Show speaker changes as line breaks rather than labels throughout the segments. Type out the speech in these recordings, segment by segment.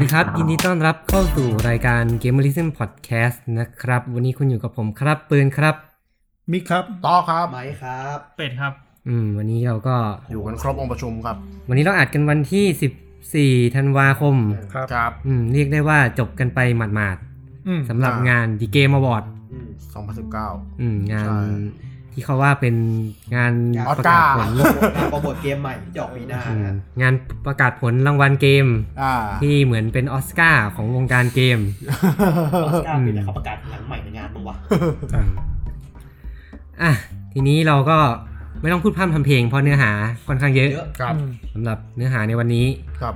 ดีครับ ยินดีต้อนรับเข้าสู่รายการ Gamerism Podcast นะครับ วันนี้คุณอยู่กับผมครับ ปืนครับ
มิกครับ
ต่อครับ
ไมค์ครับ
เป็ดครับ
อืม วันนี้เราก็
อยู่กันครบองค์ประชุมครับ
วันนี้เราอัดกันวันที่ 14 ธันวาคม
ครับ
ครับ
อืม เรียกได้ว่าจบกันไปหมาด
อืม
ๆสำหรับ
อ่าง
งานดีเกมอวอร์ด
อืม
2019
อืม งาน
ใช่
ที่เขาว่าเป็นงาน
งาน
ประกาศผล
Oscar
โปรโมทเกมใหม่ที่จะออกปีหน้า
อืม
นะ
งานประกาศผลรางวัลเกม
อ่า
ที่เหมือนเป็นออสการ์ของวงการเกม
ออสการ์เป็นอะไรเขาประกาศหนังใหม่ในงานปะวะ
อ่ะ ทีนี้เราก็ไม่ต้องพูดพร่ำทำเพลงเพราะเนื้อหาค่อนข้างเยอะ
เยอะ
ครับ
อืม
สำหรับเนื้อหาในวันนี้
ครับ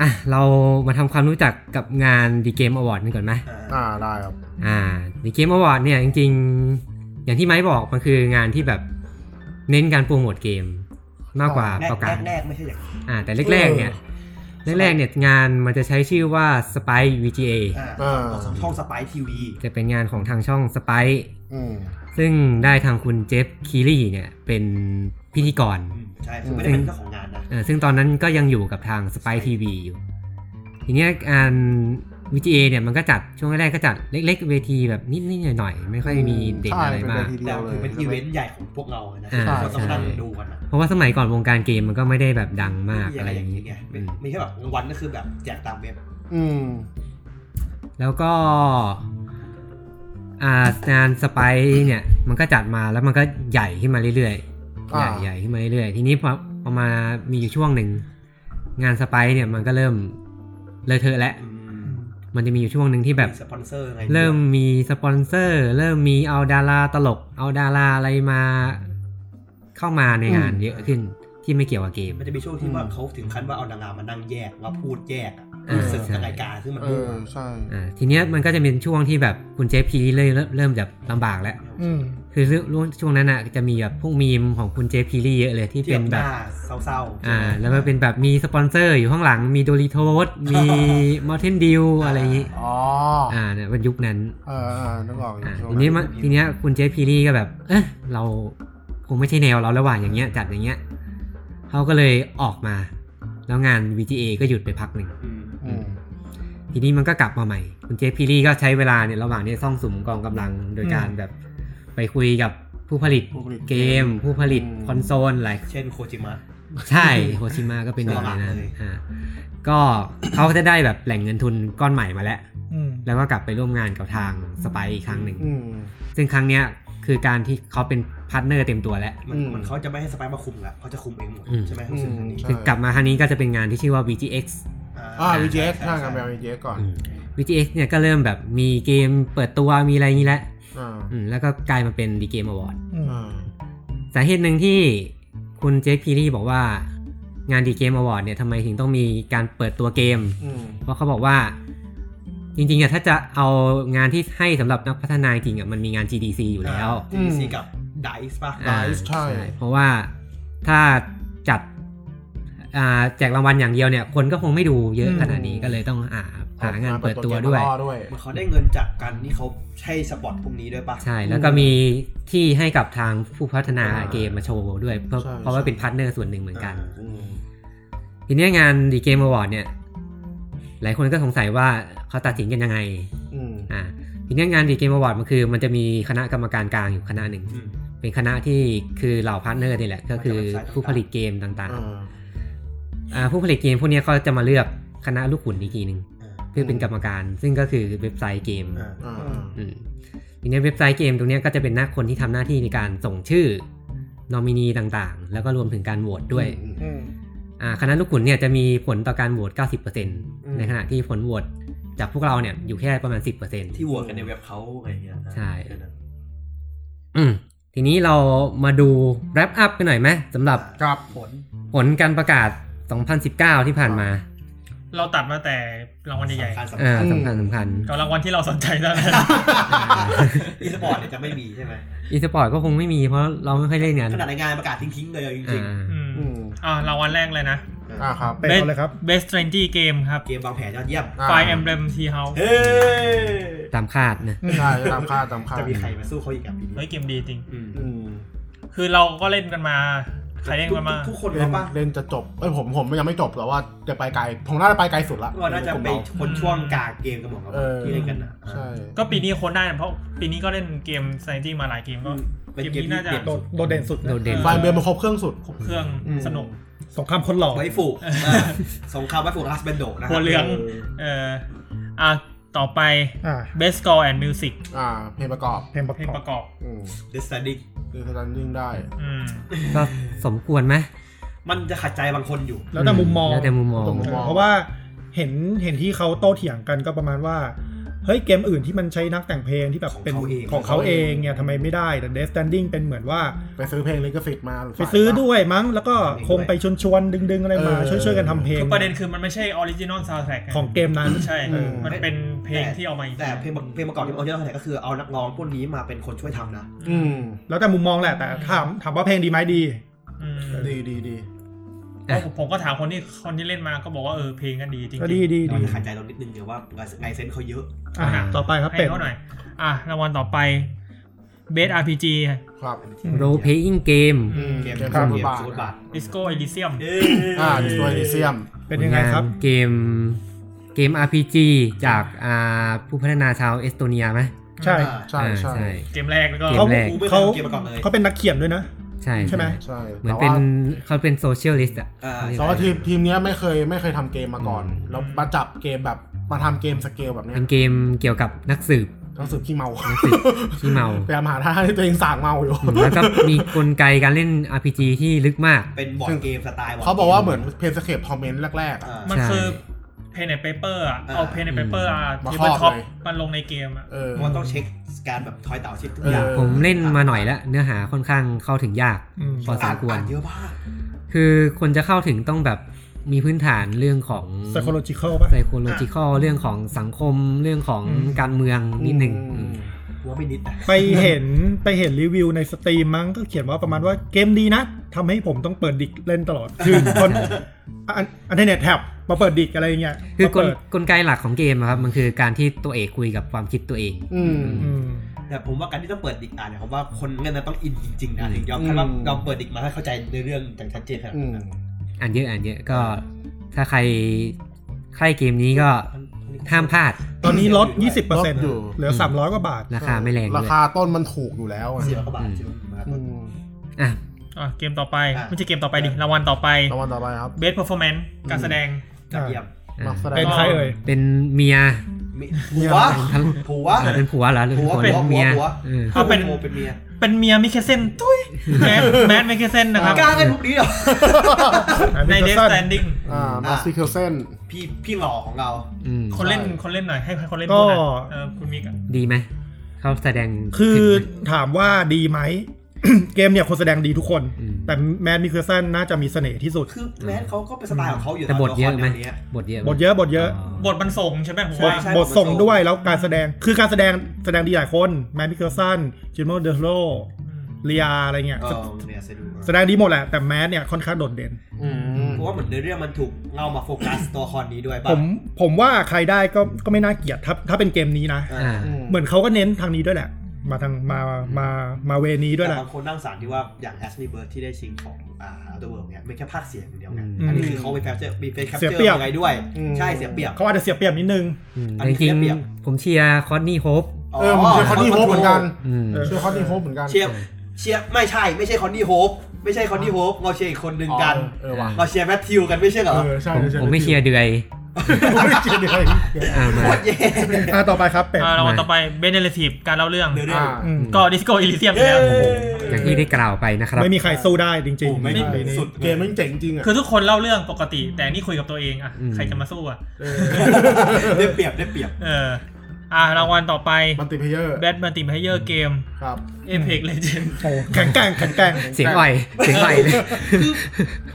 อ่ะ เรามาทำความรู้จักกับงานดีเกมอวอร์ดกันก่อนไหม
อ่า
อ่า ได้ครับ
อ่าดีเกมอวอร์ดเนี่ยจริงๆ อย่างที่ไม้บอกมันคืองานที่แบบเน้นการโปรโมทเกม มากกว่า
แรก
ประ
แร
กาศ
กแรกไม่ใช่อย่างนั้น
อ่า แต่แรกๆเนี่ยแรกๆเนี่ยงานมันจะใช้ชื่อว่า s p i e VGA
อ่า
เออ
ของช่องสปายทีวี
จะเป็นงานของทางช่อง s p i e
อืม
ซึ่งได้ทางคุณเจฟคีรีเนี่ยเป็นพิธีกร
ใช่คือไม่ได้เป็นเจ้าของงานนะ
เออซึ่งตอนนั้นก็ยังอยู่กับทาง s p y TV อยู่ ทีเนี้ยงาน VGA เนี่ยมันก็จัดช่วงแรกๆก็จัดเล็กๆ เวทีแบบนิดๆหน่อยๆ ไม่ค่อยมีเด่นอะไรมาก
ใช่
แต่คือเป็นอีเวนต์ใหญ่ของพวกเรานะ
อ่า
เราต้องนั่งดูกันนะ
เพราะว่าสมัยก่อนวงการเกมมันก็ไม่ได้แบบดังมาก
มี
อะไรอย่างนี้
ไง
อืม
มีแค่แบบรางวัลก็คือแบบแจกตามเว็บ
อืม
แล้วก็อ่างานสไปเนี่ยมันก็จัดมาแล้วมันก็ใหญ่ขึ้นมาเรื่อยๆใหญ่
อ่า
ใหญ่ขึ้นมาเรื่อยๆ ทีนี้พอพอมามีอยู่ช่วงหนึ่งงานสไปเนี่ยมันก็เริ่มเลอะเทอะแล้วมันจะมีอยู่ช่วงหนึ่งที่แบบ
มีสปอนเซอร์ไง
เริ่มมีสปอนเซอร์ เริ่มมีเอาดาราตลก เอาดาราอะไรมา เข้ามาในงานเยอะขึ้นที่ไม่เกี่ยวกับเกม
มันจะมีช่วงที่ว่าเขาถึงขั้นว่าเอานางงามมานั่งแยกว่าพูดแยกอะ
อ่า
เสริมกับรายการซึ่งมัน
เอ
มั่
อ
ว
ใช่
อ่าทีเนี้ยมันก็จะเป็นช่วงที่แบบคุณเจฟพีเริ่มเริ่มแบบลำบากแล้ว
อืม
คือเรื่องช่วงนั้นอ่ะจะมีแบบพวกมีมของคุณเจฟพีเยอะเลยที่
ที่
เป็นแบบ
หน้าเศร้าๆ
อ่า แล้วมันเป็นแบบมีสปอนเซอร์อยู่ข้างหลังมีโดริโทสมีมอเทนดิวอะไรอย่างงี้
อ๋อ
อ่าเนี่ยเป็นยุคนั้น
เออเออนึกออกอยู่
อ่ะ
ช่วง
ทีนี้มาทีเนี้ยคุณเจฟพีรีก็แบบ เอะเราคงไม่ใช่แนวเราแล้วว่ะอย่างเงี้ยจัดอย่างเงี้ยเขาก็เลยออกมา แล้วงาน VGA ก็หยุดไปพักหนึ่ง
อืม
อืม
ทีนี้มันก็กลับมาใหม่ คุณเจฟพีรีก็ใช้เวลาเนี่ยระหว่างเนี้ซ่องสุมกองกำลังโดยการแบบ ไปคุยกับผู้ผลิต
ผู้ผลิต
เกม ผู้ผลิต
อืม
คอนโซลอะไร
เช่นโคจิมะ
ใช่โฮชิมะก็เป็นหนึ่งในนั้น
ใช่
อ่าก็เขาก็จะได้แบบแหล่งเงินทุนก้อนใหม่มาแล้ว
อืม
แล้วก็กลับไปร่วมงานกับทางสไปอีกครั้งหนึ่ง
อืม
ซึ่งครั้งเนี้ยคือการที่เขาเป็นพาร์ทเนอร์เต็มตัวแล้ว
มัน
อืม
มันเขาจะไม่ให้สไปร์มาคุมละเขาจะคุมเองหมด
อืม
ใช่ไหม
อืม
รู้สึกอย่างนี้
ใช่
คือกลับมาครั้งนี้ก็จะเป็นงานที่ชื่อว่า VGX
อ่า
อ่า
VGX ถ้างานแมว VGX ก่อน
อืม VGX เนี่ยก็เริ่มแบบมีเกมเปิดตัวมีอะไรอย่างนี้แล้ว
อ่า
อืมแล้วก็กลายมาเป็นดีเกมอวอร์ด
อืม
อ่า
สาเหตุหนึ่งที่คุณเจคพีรีบอกว่างานดีเกมอวอร์ดเนี่ยทำไมถึงต้องมีการเปิดตัวเกม
อืม
เพราะเขาบอกว่าจริงๆอะถ้าจะเอางานที่ให้สำหรับนักพัฒนาจริงอะมันมีงาน GDC อยู่แล้ว
ทีซีกับไดส์ป่ะ
อ่า
Dice ใช่
เพราะว่าถ้าจัดอ่าแจกรางวัลอย่างเดียวเนี่ย คนก็คงไม่ดูเยอะขนาดนี้ก็เลยต้องอ่าหางานเปิดตัวด้วย
เกมมาล่อด้วย
เหมันเขาได้เงินจากการที่เขาใช้สปอตพวกนี้ด้วยป่ะ
ใช่แล้วก็มีที่ให้กับทางผู้พัฒนา
อ่า
เกมมาโชว์ด้วย เพราะ
ใช่
เพราะว่า
ใช่
เป็นพาร์ทเนอร์ส่วนหนึ่งเหมือนกัน
อืม
ทีเนี้ยงานดีเกมอวอร์ดเนี่ย หลายคนก็สงสัยว่าเขาตัดสินกันยังไง
อืม
อ่าทีเนี้ยงานดีเกมอวอร์ดมันคือ มันจะมีคณะกรรมการกลางอยู่คณะหนึ่ง
อืม
เป็นคณะที่คือเหล่าพาร์ทเนอร์นี่แหละ ก็คือ
มาจากเว็บไซต์ต่าง
ผู้ผลิต
ๆ
เกมต่าง
อ่า
ๆอ่าผู้ผลิตเกมพวกเนี้ยเขาจะมาเลือกคณะลูกขุนอีกทีหนึ่ง
อ่า
เพื่อเป็นกรรมการ ซึ่งก็คือเว็บไซต์เกม
อ่า
อ่า
อืมทีนี้เว็บไซต์เกมตรงเนี้ยก็จะเป็นหน้าคนที่ทำหน้าที่ในการส่งชื่อ นอมินีต่างๆ แล้วก็รวมถึงการโหวตด้วย
อืม
อืม
อ่าคณะลูกขุนเนี่ยจะมีผลต่อการโหวต 90%ในขณะที่ผลโหวตจากพวกเราเนี่ยอยู่แค่ประมาณ 10%
ที่โหวตกันในเว็บเขาอะไรอย่างเงี้ยนะ
ใช่ อืมทีนี้เรามาดูแรปอัพกันหน่อยไหมสำหรับ
ครับ
ผล
ผลการประกาศ 2019 ที่ผ่านมา
เราตัดมาแต่รางวัลใหญ่
สำคัญสำ
อ่า
คัญ
สำคัญสำคัญ
ๆกับรางวัลที่เราสนใจแล้วนะ
อีสปอร์ตเนี่ยจะไม่มีใช่ไหม
อีสปอร์ตก็คงไม่มีเพราะเราไม่ค่อยเล่นงาน
ขนาดในงานประกาศทิ้งๆเลยจริง
อ่า
อืม
อืม
อ่ารางวัลแรกเลยนะ
อ่าครับ
เป็นเอาเลยครับ
Best 20 Game ครับ
ๆเกมวางแผนยอดเยี่ยม
อ่า
Fire Emblem Tea House
เฮ้ย
ตามคาดนะ
ใช่ตามคาดตามคาด
จะมีใครมาสู้เขาอีกอ่ะปีนี้
เฮ้ยเกมดีจริง
อืม
อืม
คือเราก็เล่นกันมา ใครเล่นกันมาง
ทุกคน
เล่
เขา
น
ปะ
เล่นจะจบเอ้ยผมผมยังไม่จบแต่ว่าจะไปไกลผมน่าจะไปไกลสุดละ
ว่าน่าจะไป
ในกลุ่มเรา
คนช่วงกลางเกมกันหมดครับ
เออ
ที่เล่นกันนะ
ใช่
ก็ปีนี้โคนได้นะเพราะปีนี้ก็เล่นเกมไซจี้มาหลายเกมก็
เป็นเกม
เกมนี้
ที่
น่าจะ
เด็ด
โดดโดดเด่นสุดะ
โดดเด่น
ไฟเบมมันครบเครื่องสุด
ครบเครื่อง
อืม
สนุก
สงครามคนหล่อ
ไวฟูสงครามไวฟูรัสเบนโดนะค
หั
รั
วเหลือง เอออ่ะต่อไป
อ่า
best score and music
อ่า เพลงประกอบ
เพลงประ
เพลง
กอ
ป
บ
ระกอบ
อืม
เดสตันดิง
คือสแตนดิ้งได้
อืม
ก็สมควรไหม
มันจะขัดใจบางคนอยู่
แล้วแต่มุมมอง
แล้วแต่มุมมอง
มุมมอง
เพราะว่าเห็นเห็นที่เขาโต้เถียงกันก็ประมาณว่า เฮ้ยเกมอื่นที่มันใช้นักแต่งเพลงที่แบบเป็น
ของเขาเอง
ของเขาเองเนี่ยทำไมไม่ได้แต่ Death Standing เป็นเหมือนว่า
ไปซื้อเพลงลิขสิทธิ์มา
ไปซื้อ
ใส่ปะ
ด้วยมั้ง แล้วก็คงไปชวนชวนๆดึงดึง ๆ อะไรมา
เออ
ช่วยช่วยๆกันทำเพลง
คือประเด็นคือมันไม่ใช่ออริจินอลซาวด์แทร็ก
ของเกมนั้น
ใช่
อืม
มันเป็นเพลงที่เอามาอีก
แต่เพลงประเพลงประกอบที่เอาเยอะเท่าไหร่ก็คือเอานักร้องพวกนี้มาเป็นคนช่วยทำนะ
อืม
แล้วแต่มุมมองแหละแต่ถามถามว่าเพลงดีไหมดี
อืม
ดีดีดี
เพราะผมผมก็ถามคนที่คนที่เล่นมาก็บอกว่าเออเพลงกันดีจริงๆ
ก็ดีดี
เรา
ดี
จะขัดใจเรานิดนึงเดี๋ยวว่าไอเซนเขาเยอะ
อ่ะต่อไปครับ
ให้
เป็ด
เขาหน่อย อ่ะรางวัลต่อไป best RPG
ครับ
role playing game
อืม
เกม
เกม
ครับ
ฟุตบาท
เกมฟุตบาท
disco elysium
อ่าดิสโทเซียม
เป็นยังไงครับ
ผลานเกมเกม RPG จากอ่าผู้พัฒนาชาวเอสโตเนียไหม
ใช่
อ่า
ใช่
อ่า
ใช่
เกมแรกแล้วก็
เกมแรก
กูไม่
เขา
ทำเกมประกอบเลย
เขาเป็นนักเขียนด้วยนะ
ใช่
ใช่ไหม
ใช่
เหมือน
แต่
เป็น
ว่า
เขาเป็นโซเชียลิสต์อ่ะ
อ่า
เขาเรียกอะ
แต่
ไร
ว่าทีมทีมเนี้ยไม่เคยไม่เคยทำเกมมาก่อน
อืม
แล้วมาจับเกมแบบมาทำเกมสเกลแบบเนี้ย
เป็นเกมเกี่ยวกับนักสืบ
ต้องสืบขี้เมา
นักสืบขี้ เมา
พยายามหาท่าให้ตัวเองสางเมาอยู่
อืมแล้วก็มีกลไกการเล่น RPG ที่ลึกมาก
เป็นบอร์ดเกมสไตล์ board
เขาบอกว่าเหมือนเพนสเคปทอมเมนต์แรกๆอะ
อ่า
มัน
ใช่
คือเพนในเปเปอร์อ่ะ
อ่า
เอาเพนในเปเปอร์อ่ะ
มา
ที่มั
ครอน บ
ท็อป
เลย
มันลงในเกมอ่ะ
เออ
มันต้องเช็คการแบบทอยเต่าเช็คทุกอย่าง
เออ
ผมเล่นมาหน่อยแล้ว เนื้อหาค่อนข้างเข้าถึงยาก
อืม
พอส
อ่าม น
ควร
อ่านเยอะมาก
คือคนจะเข้าถึงต้องแบบมีพื้นฐานเรื่องของ
psychological ป่ะ
psychological เรื่องของสังคมเรื่องของ
อืม
การเมืองนิดหนึ่ง
อืม
หัวไม่นิดนะ
ไปเห็นไปเห็นรีวิวในสตรีมมั้งก็เขียนว่าประมาณว่าเกมดีนะทำให้ผมต้องเปิดดิกเล่นตลอด คือคนอันอันเทอร์เน็ตแท็บมาเปิดดิกอะไรอย่างเงี้ย
คือกล
มาเปิด
กลไกหลักของเกมอะครับมันคือการที่ตัวเอกคุยกับความคิดตัวเอง
อืม
อืม
แต่ผมว่าการที่ต้องเปิดดิกอ่านเนี่ยผมว่าคนเล่นนะต้องอินจริงๆนะถึงยอม
อืม
ถ้าเราเราเปิดดิกมาให้เข้าใจในเรื่องอย่างชัดเจนขนาด
อื
นั้น
ม
อ่านเยอะอ่านเยอะก็ ถ้าใครใครเกมนี้ก็ห้ามพลาด
ตอนนี้ลด 20%เหลือ 300 กว่าบาท
ราคาไม่แรง
รา
ด้วย
คาต้นมันถูกอยู่แล้วอะ
เสียกว่าบาทใช่ไหม
อืม
อ่ะ
อ่ะเกมต่อไป
ะ
ไม่ใช่เกมต่อไปดิ รางวัลต่อไป
รางวัลต่อไปครับ
best performance การแสดง
ยอดเยี่ยม
มาแสด
เป็
ง
นใครเอ่ย
เป็นเมีย
มิหัว
ทั้ง
หัว
เป็นผัวเหรอหรือ
ผัว
ผัว
เป็น
เป็นเมีย
ผัว
เออ
เขาเป็น
โมเป็นเมีย
เป็นเมียมิเคเซนตุ้ยแมทแมทมิเคเซนนะครับ
กล้ากันทุกนี้เหรอ
ใน Death Standing
อ่ามาซิเคลเซน
พี่พี่หล่อของเรา
อืม
คนเล่น
ใช่
คนเล่นหน่อยให้ให้คนเล่น
ก็
พูดหน่อยเออคุณมิกอะ
ดีไหม เขาแสดง
คือ
ถึงไหม
ถามว่าดีไหม เกมเนี่ยคนแสดงดีทุกคน
อืม
แต่แมนมิเคอร์สันน่าจะมีเสน่ห์ที่สุด
คือแมนเขาก็เป็นสไตล์ของเขาอยู่
แต่บทเยอะไหม
ตัวลครแนวนี้
บทเยอะไหม
บทเยอะบทเยอะ
บทมันส่งใช่ไหมผม
บท
ว่า
ใช่
บทส่งด้วยแล้วการแสดงคือการแสดงแสดงดีหลายคนแมนมิเคอร์สันจิมโมเดโรเลียอะไรเงี้ย
ก็เนี่ยสะดวก
แสดงดีหมดแหละ แต่แมสเนี่ยค่อนข้างโดดเด่น
อืม
เพราะว่าเหมือนในเรื่องมันถูกเงามาโฟกัสตัวละครนี้ด้วย
ผ
ป่ะ
มผมว่าใครได้ก็ก็ไม่น่าเกลียดถ้าถ้าเป็นเกมนี้นะ
อ่า
เหมือนเขาก็เน้นทางนี้ด้วยแหละ มาทางมามามาเวนี้ด้วยแห
แต่
ละ
บางคนนั่งสารที่ว่าอย่างแอสนีเบิร์ดที่ได้ชิงของอ่าตัวเวิร์เนี่ยไม่แค่ภาคเสียงอย่างเดียวไง
อืม
อันนี้คือเขาไปแคปเจอร์มีไปแคป
เสี
เจ
ย
อ
เปรียบ
ร์อะไรด้วย ใช่เสียเปรียบ
เขาอาจจะเสียเปรียบนิ ดนึง
อืม
อัน
แต่
นี้
จริง
เรียบเรียบ
ๆผมเชียร์คอนนี่โฮป
เออผมเชียร์คอนนี่โฮปเหมือนกัน
อืม
เออ
เชียร์คอนนี่โฮปเหมือนกัน
เชียร์เชียร์ไม่ใช่ไม่ใช่คอนนี่โฮปไม่ใช่คอนนี่โฮปเราเชียร์อีกคนหนึ่งกัน
เออว่ะ
เราเชียร์แมทธิวกันไม่ใช่เหรอ
เออใช่
ผม
ใ
ผมไม่เชียร์เดือย
ผมไม่เชียร์เลย
อ่ามา
โคตรเย่
อ่ะต่อไปครับเป็ด
อ่ารางวัลต่อไป best narrative การเล่าเรื่อง
เนื้อเรื่อ
อ่า
ง
อืม
ก็ disco elysium อีก
เย้
แล้ว
อย่างที่ได้กล่าวไปนะครับ
ไม่มีใครสู้ได้จริง
โอ้
ๆ
ไม่
ในปีนี้
สุด
เกมมันเจ๋งจริงอ่ะ
คือทุกคนเล่าเรื่องปกติ แต่นี่คุยกับตัวเองอะ
อืม
ใครจะมาสู้อะ
ได้เปรียบได้เปรียบ
เออ อ่ารางวัลต่อไป
มัลติเพเยอร์
Bad Multiplayer Game
ครับ
Apex Legends
โอ้แข็งแกร่งแข็งแกร่ง
เสียงอ่อย เสียงอ่อยเลย
คือ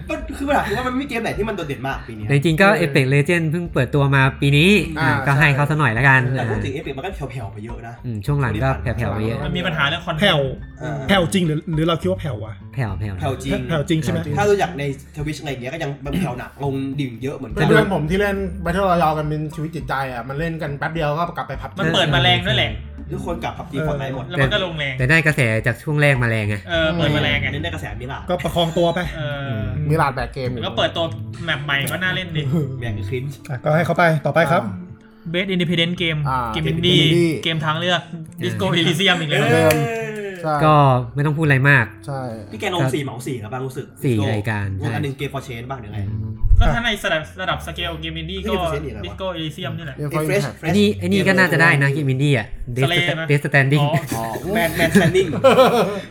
มันคือปัญหาคือว่ามันไม่มีเกมไหนที่มันโดดเด่นมากปีเนี้ย
แต่จริงๆก็เอ p ป c กเลเจนเพิ่งเปิดตัวมาปีนี้
อ่า
อ่ะก็ให้เขาซะหน่อยละกัน
แต่
อ่า
พูดถึงเอฟเฟกมันก็แผ่วๆไปเยอะนะ
อืมช่วงหลังก็แผ่วๆไปเยอะ
มันมีปัญหาเรื่องคอนเทน
แผ่ว
ต์
เออ
แผ่วจริงหรือหรือเราคิดว่าแผ่วอะ
แผ่วๆแผ่วๆ
แผ่วจริง
แผ่วจริงใช่ไหม
ถ้าดูจากในทวิชอะไรอย่างเงี้ยก็ยังมันแผ่วหนักลงดิ่งเยอะเหมือนกั
เพื่อน นเพื่อนผมที่เล่น Battle Royale กันเป็นชีวิตจิตใจอ่ะ มันเล่นกันแป๊บเดียวก็กลับไปพับ
มันเปิดมาแรงด้วยแหละ
ทุกคนกลับผับจี
เออ
ฟอร์ไนหมด
แล้วมันก็ลงแรง
แต่ได้กระแสจากช่วงแรกมาแรงไง
เออเปิดมาแรงไง
เน้นในกระแสมิลาด
ก็ประคองตัวไป
เออ
มีลาดแบกเกมอยู่
แล้วเปิดตัวแมปใหม่ก็น่าเล่นดิ
แบ่งกับครินช์
อ่ะก็ให้เขาไปต่อไปครับ
เบสอินดิพ e เดน t g เกม
อ่า
เกม
เกม
อินดี้
indie
เกมทางเลือกดิสโก e อลิเซียมอีกแล้ว
เดิม ใช่
ก็ไม่ต้องพูดอะไรมาก
ใช่
พี่แกลงสี่เหมาสี่ครับบ้างรู้สึก
สี่รายการ
วงอัน
ใช่
หนึ่งเกมฟอร์เชนบ้างหรือไง
ก็ถ้าในระดับระดับสเกลเกมอินดี้ก็
เกม Indie อะไรวะ
ดิสโก e อลิเซียมนี่แหละ
เรียก
ไอ้
ว่า
เฟรช
ไอ้นี่ไอ้นี่ก็น่าจะได้นะเกมอินดี้อ่ะเดส
Slay นะ
เดสแตนดิ้ง
อ๋อ
อ๋อ
แมนแมนแซนดิ้ง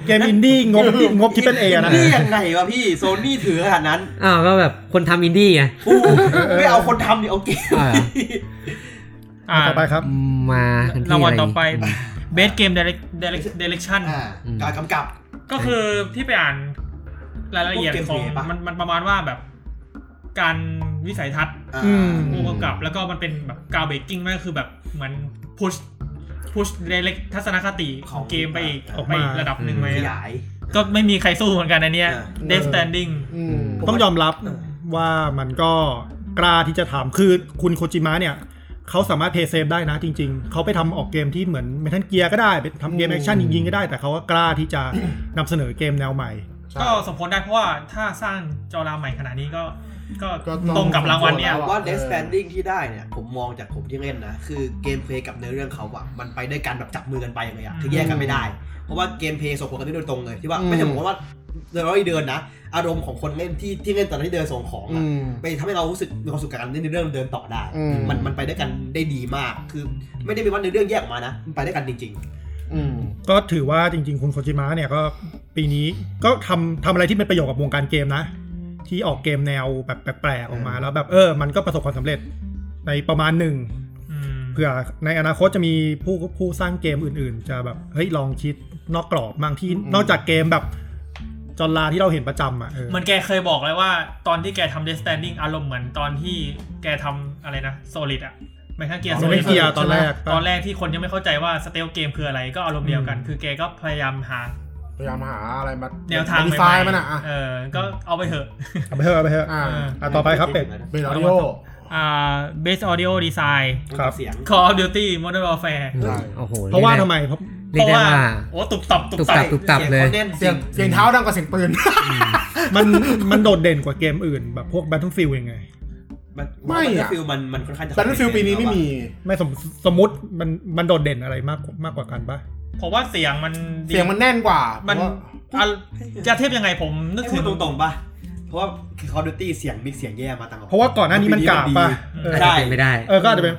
เกมอินดี้งบงบที่เป็นเอนะ
นี่ยังไงวะพี่โซนี่ถือขนาดนั้น
อ้าวก็แบบคนทำอินดี้ไง
กูไม่เอาคนทำดิเอาเกม
อ่า
อ่า
ต่อไปครับ
มากันที่
รางวัล
ะไ
ต่อไปเบสเกมเดเรคชั่น
อ่า
อืม
การกำกับ
ก็คือที่ไปอ่านรายละเอียด
พวกเกม
ของ
เพลย์ปะ
มันมันประมาณว่าแบบ การวิสัยทัศน์
อ่า
อืม
ผู้กำกับ แล้วก็มันเป็นแบบกาวเบกกิ้งมันก็คือแบบเหมือนพุชพุชเดเรกทัศนคติของเกมไปอีก
ออกมา
ไปอีกระดับหนึ่งไหม
ขยาย
ก็ไม่มีใครสู้เหมือนกันอันเนี้ย
อ่า
เดสแตนดิ้ง
อืม
ต้องยอมรับว่ามันก็กล้าที่จะถามคือคุณโคจิมะเนี่ย เขาสามารถเพย์เซฟได้นะจริง ๆ เขาไปทำออกเกมที่เหมือนเมทัลเกียร์ก็ได้ไปทำเกม
อืม
แอคชั่นยิงๆก็ได้แต่เขาก็กล้าที่จะนำเสนอเกมแนวใหม่
ใช่
ก็สมผลได้เพราะว่าถ้าสร้างจอรามใหม่ขนาดนี้ก็ก็
ก็ต้อง
ตรงกับรางวัลเนี่ย
ว่าเดสแตนดิ้งที่ได้เนี่ย ผมมองจากผมที่เล่นนะ คือเกมเพลย์กับเนื้อเรื่องเขาอะมันไปด้วยกันแบบจับมือกันไปเลยอะคือแยกกันไม่ได้ เพราะว่าเกมเพลย์ส่งผลกระทบโดยตรงเลย ที่ว่า
อืม
ไม่ใช่ผมว่าเดินร้อยเดินนะ อารมณ์ของคนเล่นที่ที่เล่นตอนที่เดินส่งของ
อื
อะ
ม
ไปทำให้เรารู้สึกมีความสุขกับการเล่นในเรื่องเดินต่อได้
อืม
มันมันไปด้วยกันได้ดีมาก คือไม่ได้เป็นว่าในเรื่องแยกออกมานะ มันไปด้วยกันจริง
อืม
ก็ถือว่าจริง ๆ คุณโคจิมะเนี่ยก็ปีนี้ก็ทำทำอะไรที่เป็นประโยชน์กับวงการเกมนะ ที่ออกเกมแนวแบบแปลกๆออกมาแล้วแบบเออ มันก็ประสบความสำเร็จในประมาณหนึ่ง
อืม
เผื่อในอนาคตจะมีผู้ผู้สร้างเกมอื่นๆ จะแบบเฮ้ยลองคิดนอกกรอบบ้างที่
อืม
นอกจากเกมแบบจอนลาที่เราเห็นประจำอ่ะเออ
เหมันแกเคยบอกเลยว่าตอนที่แกทำเดสแตนดิ้งอารมณ์เหมือนตอนที่แกทำอะไรนะโซลิดอะไม่ใช่เกียร์โซ
เรา
ลิด
เล่นเกียร์ตอนแรก
ตอนแรกที่คนยังไม่เข้าใจว่าสเตลเกมคืออะไรก็อารมณ์เดียวกัน คือแกก็พยายามหา
พยายามหาอะไรมา
แนวทาง
ดี
ให
ไซ
ม่
น์
ๆ
มันอ่ะอ่ะ
เออก็เอาไปเถอะ
เอาไปเถอะเอาไปเถอะ
อ่า
เออ
ๆ
อ่ะต่อไปครับเป็ด
เป็นออดิโอ
อ่าเบสออดิโอดีไซน์
ครับ
เสียง
คอร์ดิวตี้มอนเตอร์วอลแฟร์
ใช่
โอ้โห
เพราะว่าทำไมเพราะ
เรียกได้ว่า
โอ้ตุบตับตุบ
ตุบ
ตั
ตั
บ
บตุบตับเลย
สีงคนแน่นจ
เสี
ริ
ยง
ง
เสียงเท้าดังกว่าเสียงปืน
มันมันโดดเด่นกว่าเกมอื่น แบบพวก Battlefield ยังไง
มัน
ไม่
ไม่
อะ
อะฟิลมันมันค่อนข้างจะ
แบทเทิลฟิลปีนี้ไม่มี
ไม่สมสมมติมันมันโดดเด่นอะไรมากมากกว่ากันปะ
ผมว่าเสียงมันดี
เสียงมันแน่นกว่า
มั
มัน
อ่ะจะเทียบยังไงผมนึ
นึ
ก
ก
ถึ
ถึ
ง
งตรงๆป่ะ เพราะว่าคอร์ด u ตี้เสียงมิกเสียงแย่มาตลอด
เพราะว่าก่อนหน้านี้มันกราบปะเออ
อาจ
ใช่
จะเป็นไม่ได้
เออก็อาจจะเป็น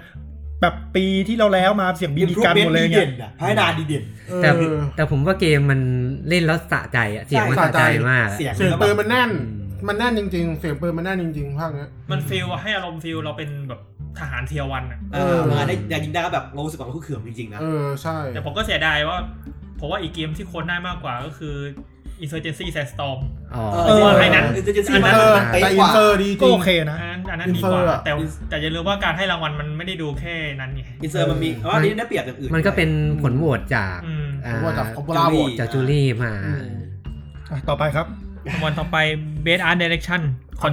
แบบปีที่เราแล้วมาเสียงบีดีกันหมดเลย
ดี
เนี่
เด่
ย
นอะพัฒนาดีเด่น
เออ
แต่แต่ผมว่าเกมมันเล่นแล้วสะใจอะเสียงมัน
ใช่
สะใจ
สะใจ
มากอะ
เสียง
เสียงปืนมั
มั
นแน่น มันแน่นจริง ๆ เสียงปืนมันแน่นจริงๆภาคเนี้ย
มันฟีลให้อารมณ์ฟีลเราเป็นแบบทหารเทียร์วันอ่ะ
เออมาได้ยิงได้ก็แบบเรารู้สึกว่ามันคู่เขื่อมจริงๆนะ
เออ ใช่
แต่ผมก็เสียดายว่าผมว่าอีกเกมที่คนได้มากกว่าก็คือ Insurgency Sandstorm
อ๋อ
เออ
ว่าไอ้นั้น
เออ Insurgency
อันนั้น
เออ
เป๊ะ
แต่อิ
กว่า
นเตอร์ดีจ
ก็
ริง
โอเคนะ
อันนั้นอันนั้นดีกว่า
Infer อะ
แต่แต่อย่าลืมว่าการให้รางวัลมันไม่ได้ดูแค่นั้นไง
อินเซอร์มันมีเพราะว่าอันนี้ได้เปรียบอย่างอื่น
มันก็เป็นผลโหวตจาก
อืม
อ่า
ว่าจากคอมโบราโหวต
จากจูลี่มา
อืม
อ่ะต่อไปครับ
รางวัลต่อไป Best Art Direction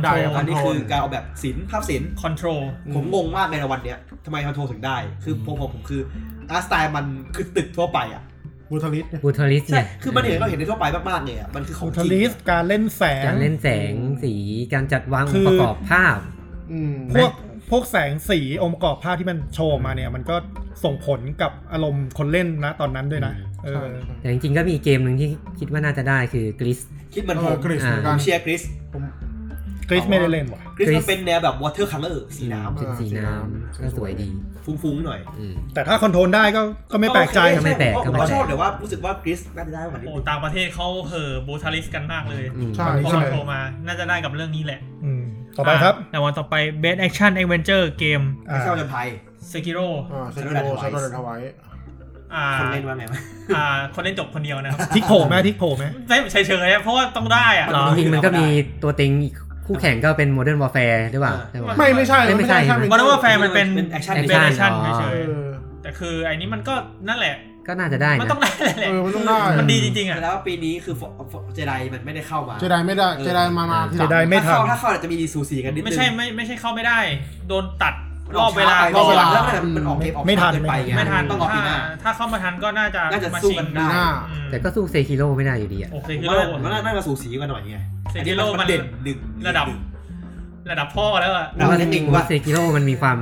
ได้
Control
ครับ
อันนี้คือการออกแบบศิลป์ภาพศิลป์
Control
ผมงงมากในวันเนี้ยทำไมคอนโทรถึงได้ คือผมผมผมคืออาร์ตสไตล์มันคือตึกทั่วไปอ่ะ
บูทาริสเนี่ย
บูทอลิส
ใช่
เนี่ย
คือมันเห็นเราเห็นได้ทั่วไปมากๆเลยอ่ะมันคือของ
บู
จ
ทา
ริ
ลิ
ง
สต์การเล่นแสง
การเล่นแสงสีการจัดวาง
คื
องค์
อ
ประกอบภาพ
อืม
พวกพวกแสงสีองค์ประกอบภาพที่มันโชว์ออกมาเนี่ย มันก็ส่งผลกับอารมณ์คนเล่นนะตอนนั้นด้วยนะเอ
ใช่
อ
ใช่
แต่จริงๆก็มีเกมหนึ่งที่คิดว่าน่าจะได้คือกริส
คิดเหมัน
เอ
ผ
อ
ม
กรีซเหมือน
ผ
กัน
มเชียร์คริส
ผม
กริสไม่ได้เล่นว่ะ
คริส
Chris
มันเป็นแนวแบบวอเตอร์คัลเลอร์สีน้
เป็นสีน้ำ
สีน้ำ
ก็สวยดี
ำฟุ้งๆหน่อย
อืม
แต่ถ้าคอนโทรลได้ก็ก็ไม่แปลกใจ
ก็ไม่แปลก
ผม
ก็ไม่แปลก
ชอบแต่ว่ารู้สึกว่ากริสน่าจะได้กว่านี้
โอ้ต่างประเทศเขาเห่อบูทาริสกันมากเลย
อืม
ใช่
พอ
ใช่
โทรมาน่าจะได้กับเรื่องนี้แหละ
อืมต่อไปครับ
ะรางวัลต่อไป Best Action Adventure Game
อ่า
ไม่ชอบจนภัย
Sekiro
อ่าเซนโดเซนโดเดนทวาย
อ่า
คนเล่นว่าไงวะ
อ่าคนเล่นจบคนเดียวนะครับ
ทิกโผล่ไหมทิกโผล่ไหม
ไม่เฉยๆนะเพราะว่าต้องได้อะ
เหรอ
จริงๆมันก็มีตัวเต็งอีกคู่แข่งก็เป็นโมเดิร์นวอร์แฟร์หรือเปล่าใช่ปะ
ไม่ไม่ใช่
ไม่ใช่
มอนว่าแฟนมันเป็น
เป็น action
เป็น
action
action
อ๋อ
เฉ
เอย อ
ๆแต่คือไอ้นี้มันก็นั่นแหละ
ก็น่าจะได้
มัน
นะ
ต้องได้แหละ
เออมันต้องได้
มันดีจริงๆอ่ะ
แล้วปีนี้คือเจไดมันไม่ได้เข้ามา
เจไดไม่ได้เจไดมามาทีหลัง
เจได ไม่
ถ้า
ทัน
เข้าถ้าเข้าอาจจะมีดีสูสีกันนิดนึง
ไม่ใช่ไม่ไม่ใช่เข้าไม่ได้ โดนตัดรอบเวลา
ไป
ก่อน
รอบเวลา
แล้วก็ มันมันออกเทปออก
ไม่ทัน
เกินไปไง
ไม่ทัน
ต้องรอปี
ถ้า
หน้า
ถ้าเข้ามาทันก็น่าจะ
น่าจะ
ม
สู้กัน
ชิง
ได้
อืม
แต่ก็สู้เซคิโร่ไม่ได้อยู่ดีอ่ะ
โอเค
ผม
คือ
ว่า
โลก
ผมว่าน่าจะสูสีกันหน่อยไง
เซ
อั
กิโร่มัน
เด่นดึง
ระดับ ระดับพ่อแล้วอะ
เราเล่นเองว่ะ
เซกิโร่มันมีความ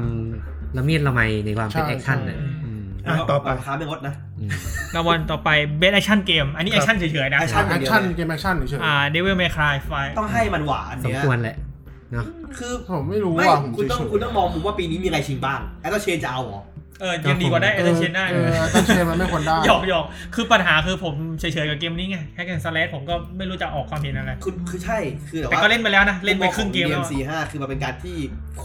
ละเมียดละไมในความเป็น
ใช่
แอคชั่นน่ะอืม
อ่ะต่อไป
ราคาไม่ลดนะ
อืม
รางวัลต่อไป Best Action Game อันนี้
ครับ
Action เฉยๆนะ
Action
แอคชั่นเกมแอคชั่นเฉย
อ่า Devil May Cry 5
ต้องให้มันหวานอัน
สม
เนี้ย
ควรแหละเนาะ
คือ
ๆผมไม่รู้
ไม่
อ่ะผม
คุณต้อง
เฉยๆ
คุณต้องมองมุมว่าปีนี้มีอะไรชิงบ้างแอตเชนจะเอาเหรอ
เออยังดีกว่าได้ Action ได้
เออแอคชั่นเชนมันไม่ควรได้
หยอกหยอกคือปัญหาคือผมเฉยๆกับเกมนี้ไงแค่กันสแลดผมก็ไม่รู้จะออกความเห็นอะไร
คือคือใช่ คือแต่
แต่
ว่า
ก็เล่นไปแล้วนะ เล่นไปครึ่งเกมแล้วอะ
ซีห้าคือมันเป็นการที่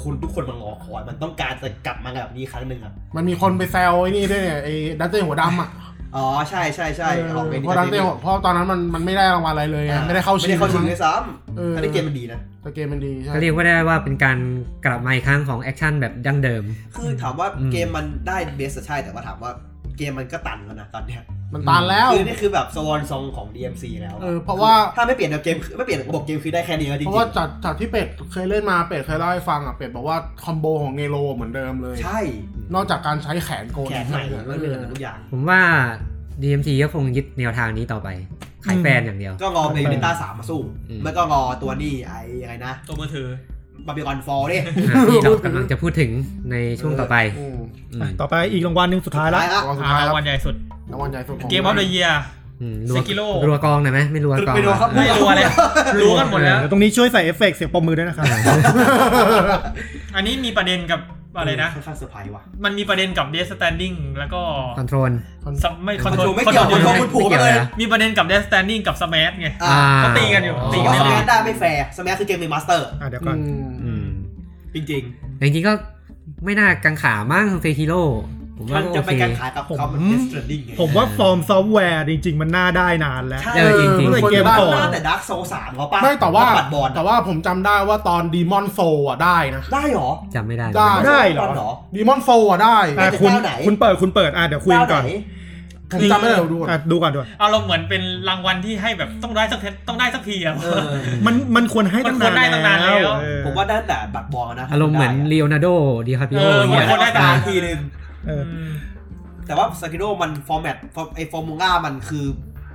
คนทุกคนมันรอคอย มันต้องการจะกลับมาแบบนี้ครั้งหนึ่งอ่ะ
มันมีคนไปแซวไอ้นี่ด้วยเนี่ยไอ้ดันเต้หัวดำอ่ะ
อ๋อ ใช่ใช่ใช่
เออ
ออกเป็น
เพราะดันเต้หัวเพราะตอนนั้นมันมันไม่ได้รางวัลอะไรเลยไงไม่ได้เข้าชิง
ไม่ได้เข้าชิงด้วยซ้
เออ
ำอันนี้เกมมันดีนะ
แต่เกมมันดีใช่
ก็เรียกว่าได้ว่าเป็นการกลับมาอีกครั้งของแอคชั่นแบบดั้งเดิม
คือถามว่า
อืม
เกมมันได้เบสใช่ แต่ว่าถามว่าเกมมันก็ตันแล้วนะตอนเนี้ย
มันตันแล้ว
คือนี่คือแบบสวอนซองของ DMC แล้ว
เออเพราะว่า
ถ้าไม่เปลี่ยนเกมคือไม่เปลี่ยนระบบเกมคือได้แค่นี้แล้วจริ
เพ
ง
ราะว่าจากจากที่เป็ดเคยเล่นมาเป็ดเคยเล่าให้ฟังอ่ะเป็ดบอกว่าคอมโบของเนโรเหมือนเดิมเลย
ๆ ใช่
นอกจากการใช้แขนโกน
แขนใหม่
เอ
มันเป็นแบบนั้นทุกอย่าง
ผมว่า DMT ก็คงยึดแนวทางนี้ต่อไป ขายแฟนอย่างเดียว
ก็รอเพลย์เบต้าสามมาสู้
อืม
แล้วก็รอตัวนี้ไอ้ยังไงนะ
ตัวมือถือบ
าบิลอนฟอลเนี่ย
อ่ะที่เรากำลังจะพูดถึงในช่วงต่อไป
อืม
ม
ต่อไปอีกรางวัลหนึ่งสุดท้ายละ
ตายละ
รางวัลสุด
อ่า
ท้า
รา
ยแล้ว
งวัลใหญ่สุด
รางวัลใหญ่สุดของ
Game of the Year
อืมรัว
Sekiro
รัวกองหน่อยไหมไม่รัวกอง
ไม่รัวครับ
ไม่รู้อะไรรู้กันหมดแล้ว
เดี๋ยวตรงนี้ช่วยใส่เอฟเฟกต์เสียงปมมือด้วยนะครับ
อันนี้มีประเด็นกับอะไรนะ
ค่อนข้างเซอร์ไพรส์ว่ะ
มันมีประเด็นกับ Death Standing แล้วก็
คอนโทรล
สัมไม่คอนโทร
Control ไม่เกี่ยว
Control
ขอ
Control
ง Control คุณปู่
ไม่กี่ว
เลย
นะ
มีประเด็นกับ Death Standing กับ Smash ไง
อ่า
ก็ตีกันอยู่ตี
ตี
กัน
ส
ไม่
แม
ได้
สได้ไม่แฟร์สแมสคือเกมเป็นมาสเตอร์
อ่ะเดี๋ยวก่
อื
อน
ม
อืม
จริง
แต่จริงๆก็ไม่น่ากังขามั้งเซคิโร่ผม
ๆ
ว่า
มัน
ก็
จะ
โอ
ไป
เค
การขายกับเขาเหมือน
ผม
เดสเตรนดิ้งไง
ผมว่าฟอร์มซอฟต์แวร์จริง ๆ มันน่าได้นานแล้ว
ใช่
เออจริงๆ
เออเกมก่อ
น่าแต่ดาร์กโซสามเขาป่ะ
ไม่แต่ว่า
ปัดบอล
แต่ว่าผมจำได้ว่าตอนดีมอนโซอ่ะได้นะ
ได้เหรอ
จำไม่ได้
ได้
ได้เหรอ
ปัดบลเหรอ
ดีมอนโซอ่ะได้
อ่ะคุณ
เจ้าไหน
คุณเปิดคุณเปิดอ่ะเดี๋ยวคุยกันก่อน
เจ้า
ผมจำ
ไห
ไม่ได้เดี๋ยวดูก่อน
อ่ะดูก่อนด้วย
เอาเราเหมือนเป็นรางวัลที่ให้แบบต้องได้สักเทต้องได้สักทีอะ
เออ
มันมันควรให้ตั้ง
มันควรได้ตั้งนาน
าน น
แล้
แล้ว ว
ผมว่าได้แต่บัตรบอลนะ
อารมณ์เหมือนเลโอนาร์โดดิคาปิโอ
เออ
เนี่
ค
ย
นได้ตาทีนึง
เออ
อืม
แต่ว่าสกิโ o มันฟอร์แมตไอฟอร์มูล่ามันคือ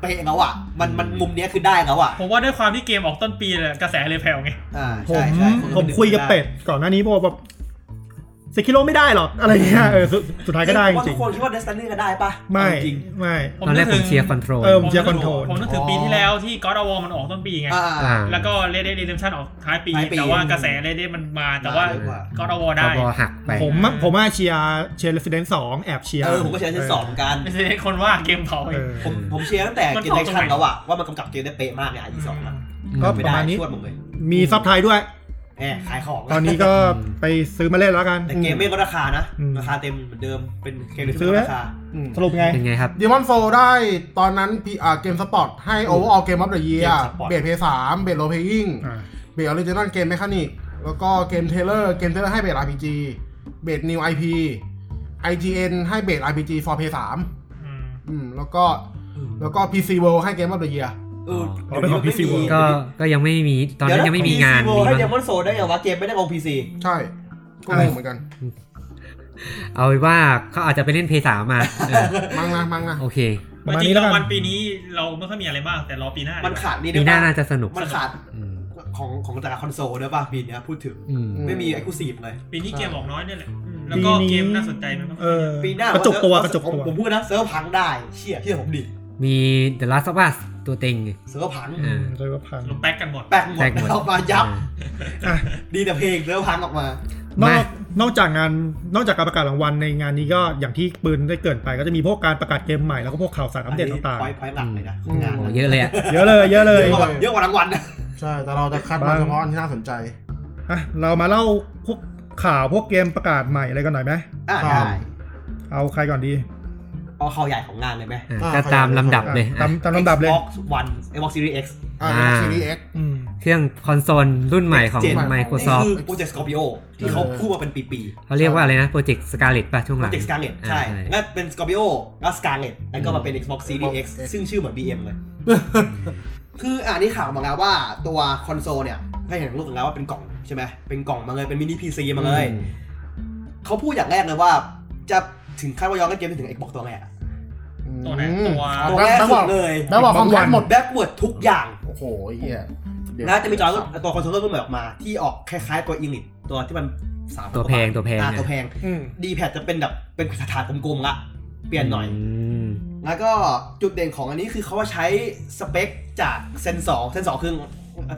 เป๊ะแล้วอ่ะ มันมันมุมเนี้ยคือได้แล้วอ่ะ
ผมว่าด้วยความที่เกมออกต้นปีเลยกระแสเลยแผ่วไง
อ่า
ผ
ใช่
ม
ใช่
ผมคุยกับเป็ดก่อนหน้านี้บอกแบบสกิโลไม่ได้หรอกอะไรเงี้ยเออสุดสุดท้ายก็ได้จ
ว่า
ริ
ทุ
ง
กคนคิดว่าเดสตันนี่ก็ได้ปะ
ๆไม่
จริง
ไม่
ผม
ตอนแรกผ
นึกถึ
ม
ง
เชียร์คอนโทรล
เออ ผมเชียร์ Control
ผมนึกถึงปีที่แล้วที่ God of War มันออกต้นปีไง
อ่า
แล้วก็ Red Dead Redemption ออกท้ายปี
ท้ายปี
แต่ว่ากระแส Red Dead มันมา แต่ว่า
เออ
God of War ได้
พอหักไป
ผมอะผมอะเชียร์เชียร์เรสเดนสองแอบเชียร์
เออผมก็เชียร์ชั้นสองเหมือนกัน
ไม่ใช่คนว่าเกมเผา
เอ
อีก
อ
ผมผมเชียร์ตั้งแต่
มัน
เกม
สอง
ได
ตรงไหน
ชันแล้วอ่ะ ว่ามันกำกับเกมได้เป๊ะมากเนี่ยอีสองอ่ะ
ก็ป
ไม่
ระ
ได้
มาณนี้
ช่วยผมเลย
มีซับไทยด้วย
แหมขายของ
ตอนนี้ก็ไปซื้อมาเล่นแล้ว กัน
แต่เกมไม่ลดราคานะ
อืม
ราคาเต็มเหมือนเดิม เป็นเกมที่
ซื้
ไม่ล
อไหม
ดราคา
อืม
สรุปไง
เป็นไงครับ
ดีมอนโซได้ตอนนั้นพีอาเกมสปอร์ตให้โอเวอร์ออลเกมออฟเดอะเยีย
Game Spot
เบสเพย์สามเบสโรเพยิ่งเบสออริจินอลเกมแมคานิกแล้วก็เกมเทเลอร์เกมเทเลอร์ให้เบสอาร์พีจีเบสนิวไอพีไอจีเอ็นให้เบสอาร์พีจีฟอร์เพย์สาม
อืม
อืมแล้วก็แล้วก็พีซีเวิลให้เกมออฟเดอะเยีย
เออ
อ๋อเป็นของ PC
ดี๋ยวนี้
ก็ก็ยังไม่มีตอนนั้นยังไม่มีงาน
เดี๋
มี
ยวะ PC ให้เด
มั้ง
มอนโซได้ไงวะ เกมไม่ได้ลงพีซี
ใช่ก็งงเหมือนกัน
เอาไว้ว่าเขาอาจจะไปเล่นเพย์สามมาเออ
มั้งนะมั้งนะ
โอเค
ประมาณ
จริง
นี้แล้
ๆ
ว
รา
กั
งวัน ลปีนี้เราไม่ค่อยมีอะไรมาก แต่รอปีหน้า
มันขาดนี่ด้
ปี
วย
หน้า
ปะ
น่าจะสนุก
มันขาด
อืม
ของของแต่ละคอนโซลด้วยป่ะปีเนี้ยพูดถึง
อืม
ไม่มีไอคูซีฟเลย
ปีนี้เกมออกน้อยเนี่ยแหละอืมแล้วก็
ปีนี้
เกมน่าสนใจมันก็
เออ
ปีหน้าก
ระจุกตัว
เซิร์ฟ
กระจุกตัว
ผมพูดนะเซิร์ฟพังได้ เชี่ยที่ผมดิ
มี The Last of Us ตัวเต็ง
เซิร์ฟพัง
อืม
เลยว่าพัง
ลงแป๊กกันหมด
แปลกหม
แต
ด
กหมด
ออกมายับ
อ่ะ
ดีแต่เพลงเซิร์ฟพังออกมา
นอ
มาก
นอกจากงานนอกจากการประกาศรางวัลในงานนี้ก็อย่างที่ปืนได้เกรินไป ก็จะมีพวกการประกาศเกมใหม่แล้วก็พวกข่าวสารอัปเดตต่าง
พอยต์พอยต์หลักเลยนะของงาน
โอ้
นะ
เยอะเลยอะ
ๆ เยอะเลยเยอะเลย
เยอะกว่าเยอะกว่ารางวัลนะ
ใช่แต่เราจะคัดมาเฉพาะอันที่น่าสนใจ
อ่ะเรามาเล่าพวกข่าวพวกเกมประกาศใหม่อะไรกันหน่อยไหม
อ่ะ
ครับ
ได้
เอาใครก่อนดี
เอาข่าวใหญ่ของงานเลยไหม
อ่ะก็ตามลำดับ
อ่ะ
เลย
ตาม
อ่ะ
ตามลำดับเลย
อ็กซ์วันไอบ็อกซ์ซีรีส์เอ็กซ์
อ่าเป็นซีรีส์เอ็ก
อืม
เครื่องคอนโซลรุ่นใหม่ของ
Next Gen
นี่
Microsoft
คือโปรเจกต์สกอร์ปิโอที่เขาพูดมาเป็นปีๆ
เขาเรียกว่าอะไรนะ Project Scarlet ป่ะช่วงห
โป
ลั
รงเจกต์สกาเลตใช่
อ่ะ
แล้วเป็น Scorpio แล้ว Scarlet แล้วก็มาเป็น Xbox Series X ซึ่งชื่อเหมือน BM เลย คืออ่านนี่ข่าวมาแล้วว่าตัวคอนโซลเนี่ยให้เห็นรูปกันแล้วว่าเป็นกล่องใช่ไหมเป็นกล่องมาเลย เป็นมินิ PC มาเลย เขาพูดอย่างแรกเลยว่า จะถึงขั้นว่าย้อนกันเกมไปถึง Xbox ตัวแรกอะ
ตัวไหน
อืม
ตัว
ตัวแรก
ต้อง
สุ
บอ
ด
ก
เลย
ต้องบอกความแรงหมด
แบ็กเวิร์ดทุกอย่าง
โอ้โหไอ้เหี้ยเดี๋ยว
แล้วจะมีจอตัวคอนโซลรุ่นใหม่ออกมา ที่ออกคล้ายๆตัวอิงลิทตัวที่มันสาม
ตัวแพง
กา
ตัว
บาท
แพง
อ่า
เนี่ย
ตัวแพง
อืม
ดีแพดจะเป็นแบบเป็นสถานกลมๆละเปลี่ยนหน่อย
ม
แล้วก็จุดเด่นของอันนี้คือเขาว่าใช้สเปคจากเซนสองเซนสองคือ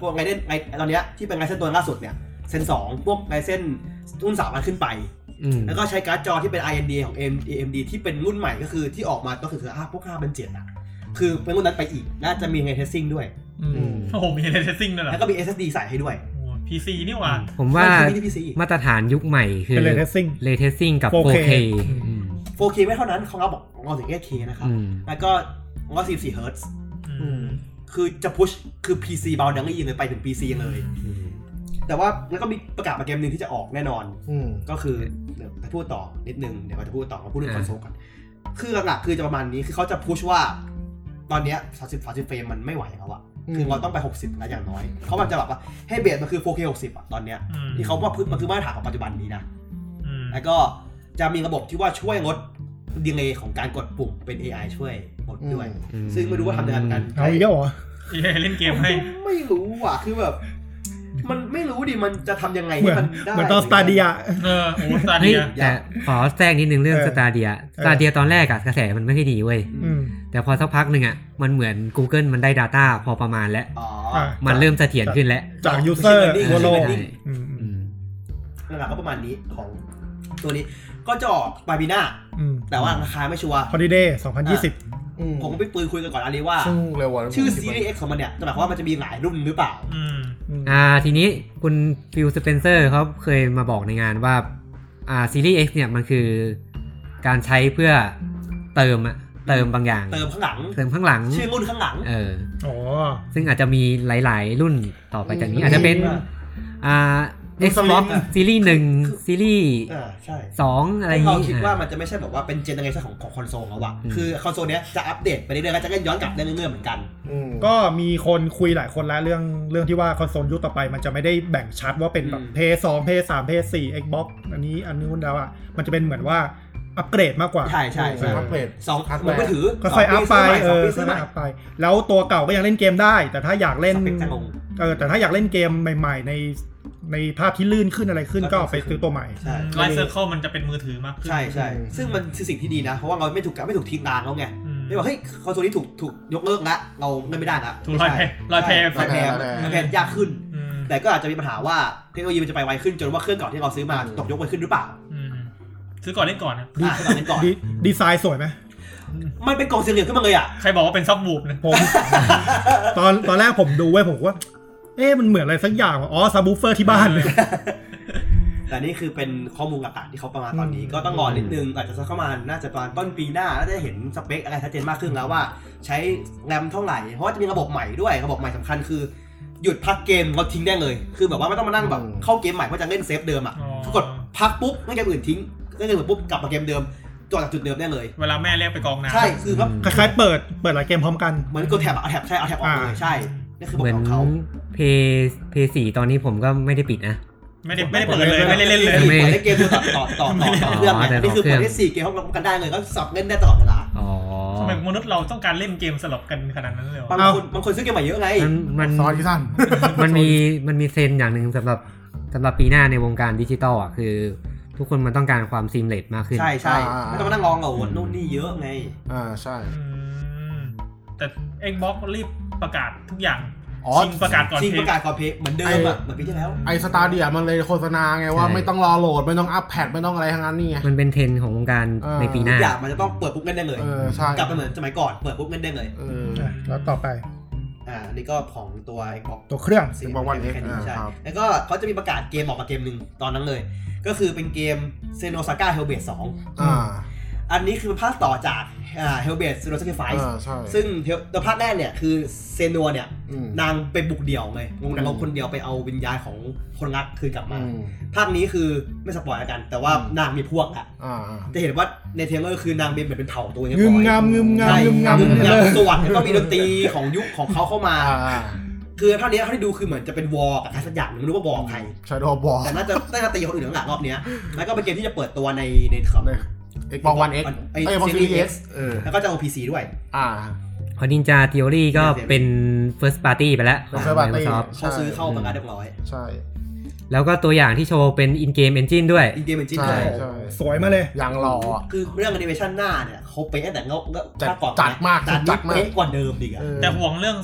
พวกไงเด่นไงตอนเนี้ยที่เป็นไงเส้นตัวล่าสุดเนี่ยเซนสองพวกไงเส้นรุ่นสามอันขึ้นไป
อืม
แล้วก็ใช้การ์ดจอที่เป็น IND ของ AMD ที่เป็นรุ่นใหม่ก็คือที่ออกมาก็คือคือพวก5เป็น7อ่ะ คือเป็นรุ่นนั้นไปอีก น่าจะมีไงเทสซิ่งด้วย
อืมโอ้โห มีเลเทสซิ่งด้วยเหรอ
แล้วก็มี SSD ใส่ให้ด้วย
โอ้พีซีนี่หว่า
ผมว่า
ไม่ใช่ที่ PC
มาตรฐานยุคใหม่คือ
เป็น ray tracing
เรเทสซิ่งกับ
4K
4K
อืม
4K ไม่เท่านั้นของเราบอกงอถึง 8K นะครับ
อืม
แล้วก็งอ44 Hz
อืม
คือจะพุชคือ PC boundary เลยไปถึง PC เลย
อืม
แต่ว่าแล้วก็มีประกาศมาเกมหนึ่งที่จะออกแน่นอน
อืม
ก็คือเดี๋ยวจะพูดต่อนิดนึงเดี๋ยวเราจะพูดต่อมาพูดเรื่องคอนโซลก่อนคือหลักๆคือจะประมาณนี้คือเขาจะพุชว่าตอนเนี้ย30 30เฟรมมันไม่ไหวแล้วอะ
อืม
คือเราต้องไป 60นะอย่างน้อยเขามันจะแบบว่าให้เบสมันคือ 4K 60อะตอนเนี้ย
อืม
ที่เขาว่าพื้นมันคือมาตรฐานของปัจจุบันนี้นะ
อืม
แล้วก็จะมีระบบที่ว่าช่วยลดดีเลย์ของการกดปุ่มเป็น AI ช่วยลดด้วย
อื
ซึ่งไม่รู้ว่าทำยังไงเหมือนกัน
เอาอีกแล้วเหรอ
เอ้ยเล่นเกมให้
ไม่รู้ว่ะคือแบบ มันไม่รู้ดิมันจะทำยังไง
เหมื
ให้
อ
มั
น
นได้
เหมือนตอนสตาร์เดีย
เออ โอ้โหสตาร์
เฮ้ย
เดีย
แต่ขอแทรกนิดนึงเรื่อง
เออ
สตาเดียสตาเดียตอนแรกอะกระแสมันไม่ค่อยดีเว้ย
อืม
ืม
แต่พอสักพักหนึ่งอะมันเหมือน Google มันได้ Data พอประมาณแล้ว
อ๋อ
อ่ะ
มันเริ่มเสถียรขึ้นแล้ว
จากยูเซอร์
Machine
ทั่วโลก
Learning
อืม
อืม
หลักๆก็ประมาณนี้ของตัวนี้ก็จะออกปลายปีหน้า
อืม
แต่ว่าราคาไม่ชัวร์
ฮอลิเดย์2020
อืม
ผมก็ไปปืนคุยกันก่อนอันนี้ว่า
ซึ่งเร็วกว่า
ชื่อซีรีส์ X ของมันเนี่ยจะหมายความว่ามันจะมีหลายรุ่นหรือเปล่า
อืม
อ่าทีนี้คุณฟิลสเปนเซอร์เขาเคยมาบอกในงานว่าอ่าซีรีส์ X เนี่ยมันคือการใช้เพื่อเติมอะเติมบางอย่าง
เติมข้างหลัง
เติมข้างหลัง
ชื่อรุ่นข้างหลัง
เออ
อ๋อ
ซึ่งอาจจะมีหลาย ๆ รุ่นต่อไปจากนี้ อาจจะเป็นอ่า Xbox ซีรีส์หนึ่งซีรีส์
อ่าใช่
สองอะไรอย่าง
เรา
นี้
คิดว่า
อ่ะ
มันจะไม่ใช่แบบว่าเป็นเจนเนอเรชันของของคอนโซลแล้วอะ
อืม
คือคอนโซลเนี้ยจะอัปเดตไปเรื่อยๆก็จะเล่นย้อนกลับได้เรื่อยๆเหมือนกัน
อืม
ก็มีคนคุยหลายคนแล้วเรื่องเรื่องที่ว่าคอนโซลยุคต่อไปมันจะไม่ได้แบ่งชัดว่าเป็นแบบ
อืม
เพย์สองเพย์สามเพย์สี่ Xbox อันนี้อันนู้นแล้วอ่ะ มันจะเป็นเหมือนว่าอัปเกรดมากกว่า
ใช่ใช่
ใช่
ใช่
อัปเกรด
สอง
อัปเกรด
เหมือนมือถือ
ก็ค่อยๆอัพไปเอ
สองปี
อค่
ซื้
อ
อย ให
ๆ
ม่
อัพไป แล้วตัวเก่าก็ยังเล่นเกมได้ แต่ถ้าอยาก
เล่
เล่
น
น
จะลง
เออแต่ถ้าอยากเล่นเกมใหม่ ๆ ในในภาพที่ลื่นขึ้นอะไรขึ้นก็เอาไปซื้อตัวใหม่
ใช่
ไลท์เซอร์เคิลมันจะเป็นมือถือมากขึ้น
ใช่ใช่ซึ่งมันคือสิ่งที่ดีนะ เพราะว่าเราไม่ถูกไม่ถูกทิ้งนานแล้วไง
อืม
ไม่บอกเฮ้ยคอนโซลนี้ถูกถูกยกเลิกละเราเล่นไม่ได้ละ
ถูกลอยแพลอยแพ
ลอยแพ
ลอยแพ
ลอยแพยากขึ้น
อืม
แต่ก็อาจจะมีปัญหาว่าเทคโนโลยีมันจะไปไวขึ้นจนว่าเครื่องเก่าที่เราซื้อมาตกยกไวขึ้นหรือเปล่า
อืมซื้อก่อนเล่นก่อนนะ
อ่ะตอนนั้นก่อน
ดีดีไซน์สวยไหม
มันเป็นกล่องสี่เหลี่ยมขึ้นมาเลยอ่ะ
ใครบอกว่าเป็นซับบูบนะ
ผม ตอนตอนแรกผมดูไว้ผมว่า เอ๊ะมันเหมือนอะไรสักอย่างว่ะอ๋อซับบูฟเฟอร์ที่บ้าน
แต่นี่คือเป็นข้อมูลต่างๆที่เขาประมาณตอนนี้ก็ต้องรอนิดนึงอาจจะสักประมาณน่าจะประมาณต้นปีหน้าน่าจะเห็นสเปคอะไรชัดเจนมากขึ้นแล้วว่า ใช้แรมเท่าไหร่เพราะว่าจะมีระบบใหม่ด้วยระบบใหม่สำคัญคือหยุดพักเกมเราทิ้งได้เลย คือแบบว่าไม่ต้องมานั่งแบบเข้าเกมใหม่เพื่อจะเล่นเซฟเดิมอ่ะ กดพักปุ๊บเล่นเกมอื่นทิ้งเล่นเกมอื่นปุ๊บกลับมาเกมเดิมจอดจากจุดเดิมได้เลย
เวลาแม่เรียกไปกองน้ำ
ใช่คือแบบ
คล้ายๆเปิดเปิดหลายเกมพร้อมกัน
เหมือนกดแท็บอะเอาแท็บใช่เอาแท็บออกเลย
อ่า
ใช่นั่นคือผ
เห
ล
มือน
ของเขา
เพย์เพย์สี่ตอนนี้ผมก็ไม่ได้ปิดนะ
ไม่ได้ไม่ได้เปิดเลยไม่ได้เล่นเลย
ไม่
เปิดได้เกมเดียวต่อต่อต่อต่อต่อเครื่องไง
อ๋อแต่ต่อเครื่อง
นี่คือเปิดได้สี่เกมพร้อมกันได้เลยก็สับเล่นได้ตลอดเวลา
อ๋อ
ทำไมมนุษย์เราต้องการเล่นเกมสลับกันขนาดนั้นเลยวะ
บางคนบางคนซื้อเกมใหม่เยอะไง
มันมัน
ซอยที่สั้น
มันมีมันมีเทรนด์อย่างหนึ่งสำหรับสำหรับปีหน้าในวงการดิจิตอลอ่ะคือ ทุกคนมันต้องการความซีมเลสมากขึ้น
ใช่ใช่
อ่า
ไม่ต้องมานั่งรองเอาโน่นนี่เยอะไง
อ่าใช่
อืมแต่ Xbox รีบประกาศทุกอย่าง
อ๋อ
ชิงประกาศก่อน
จริง
เพ
ประกา
ล
ศก่อนเพลงเหมือนเดิมอะเหมือนปีที่แล้ว
ไอสตาเดียมันเลยโฆษณาไงว่า
ใช่
ไม่ต้องรอโหลด ไม่ต้องอัพแพดไม่ต้องอะไรทั้งนั้นนี่ไง
มันเป็นเทรนด์ของวงการ
เออ
ในปีห
ทุ
น้า
กอย่างมันจะต้องเปิดปุ๊บเล่นได้เลย
เออใช่
กลับไปเหมือนสมัยก่อนเปิดปุ๊บเล่นได้เลย
เออ
อ่ะแล้วต่อไป
อ่าอันนี้ก็ของตัว Xbox
ตัวเครื่อง
Xbox One X
แค่นี้
อ่า
ใช่
ครับ
แล้วก็เขาจะมีประกาศเกมออกมาเกมหนึ่งตอนนั้นเลย ก็คือเป็นเกมเซโนซาก้าเฮลเบดสอง
อ่า
อันนี้คือภาคต่อจากเฮลเบดซูโนซักไฟ
อ่าใช่
ซึ่ง Hell- ตัวภาคแรกเนี่ยคือเซนัวเนี่ย
อืม
นางไปบุกเดี่ยวเลยงงนาง
อืม
เอาคนเดียวไปเอาวิญญาณของคนรักคืนกลับมา
อืม
ภาคนี้คือไม่สปอยล์แล้วกัน แต่ว่า
อืม
นางมีพวกอะ
อ่าอ่า
จะเห็นว่าในเทรลเลอร์คือนางเป็นเหมือนเป็นเผ่าตัวเอง
งึมงามงึมงาม
ใช่
งึมงาม
งึม
เล
งาม
ย
สวัสดแล้วก็มีดนตรีของยุคของเขาเข้ามา
อ่าอ่า
คือเท่านี้เท่าที่ดูคือเหมือนจะเป็นวอลกับใครสักอย่างหนึ่งไม่รู้ว่าวอลกับใคร
ชาโดบอล
แต่น่าจะน่าจะตีคนอื่นหลังรอบเนี้ยแล้วก็เป็นเกมที่จะเปิดตัวในในคอม
ใน Xbox One X
ไอ้
เอ้ย Xbox Series
Series
X
X
เออ
แล้วก็จะ OPC ด้วย
อ่า
พอนินจา t h e o r y ก็เป็น first party ไปแล้วของ
First party
Microsoft
เขาซื้อเข้า
ใช่
ประกันเรียบร้อย
ใช่
แล้วก็ตัวอย่างที่โชว์เป็น in game engine ด้วย
อีเกมเป็นจิ้น
ใช่
ด้วย
ใช่
สวยมาเลย
ยังรออ่ะ
คือเรื่องแอนิเมชันหน้าเนี่ยเขาเป๊ะตั้งแต่เงาเงา
จัด
ภคอน
จัดมาก
จัด
จั
จั
ด
ด
มาก
เป๊ะกว่าเดิมดีกอะ
เออ
แต่ห่วงเรื่อง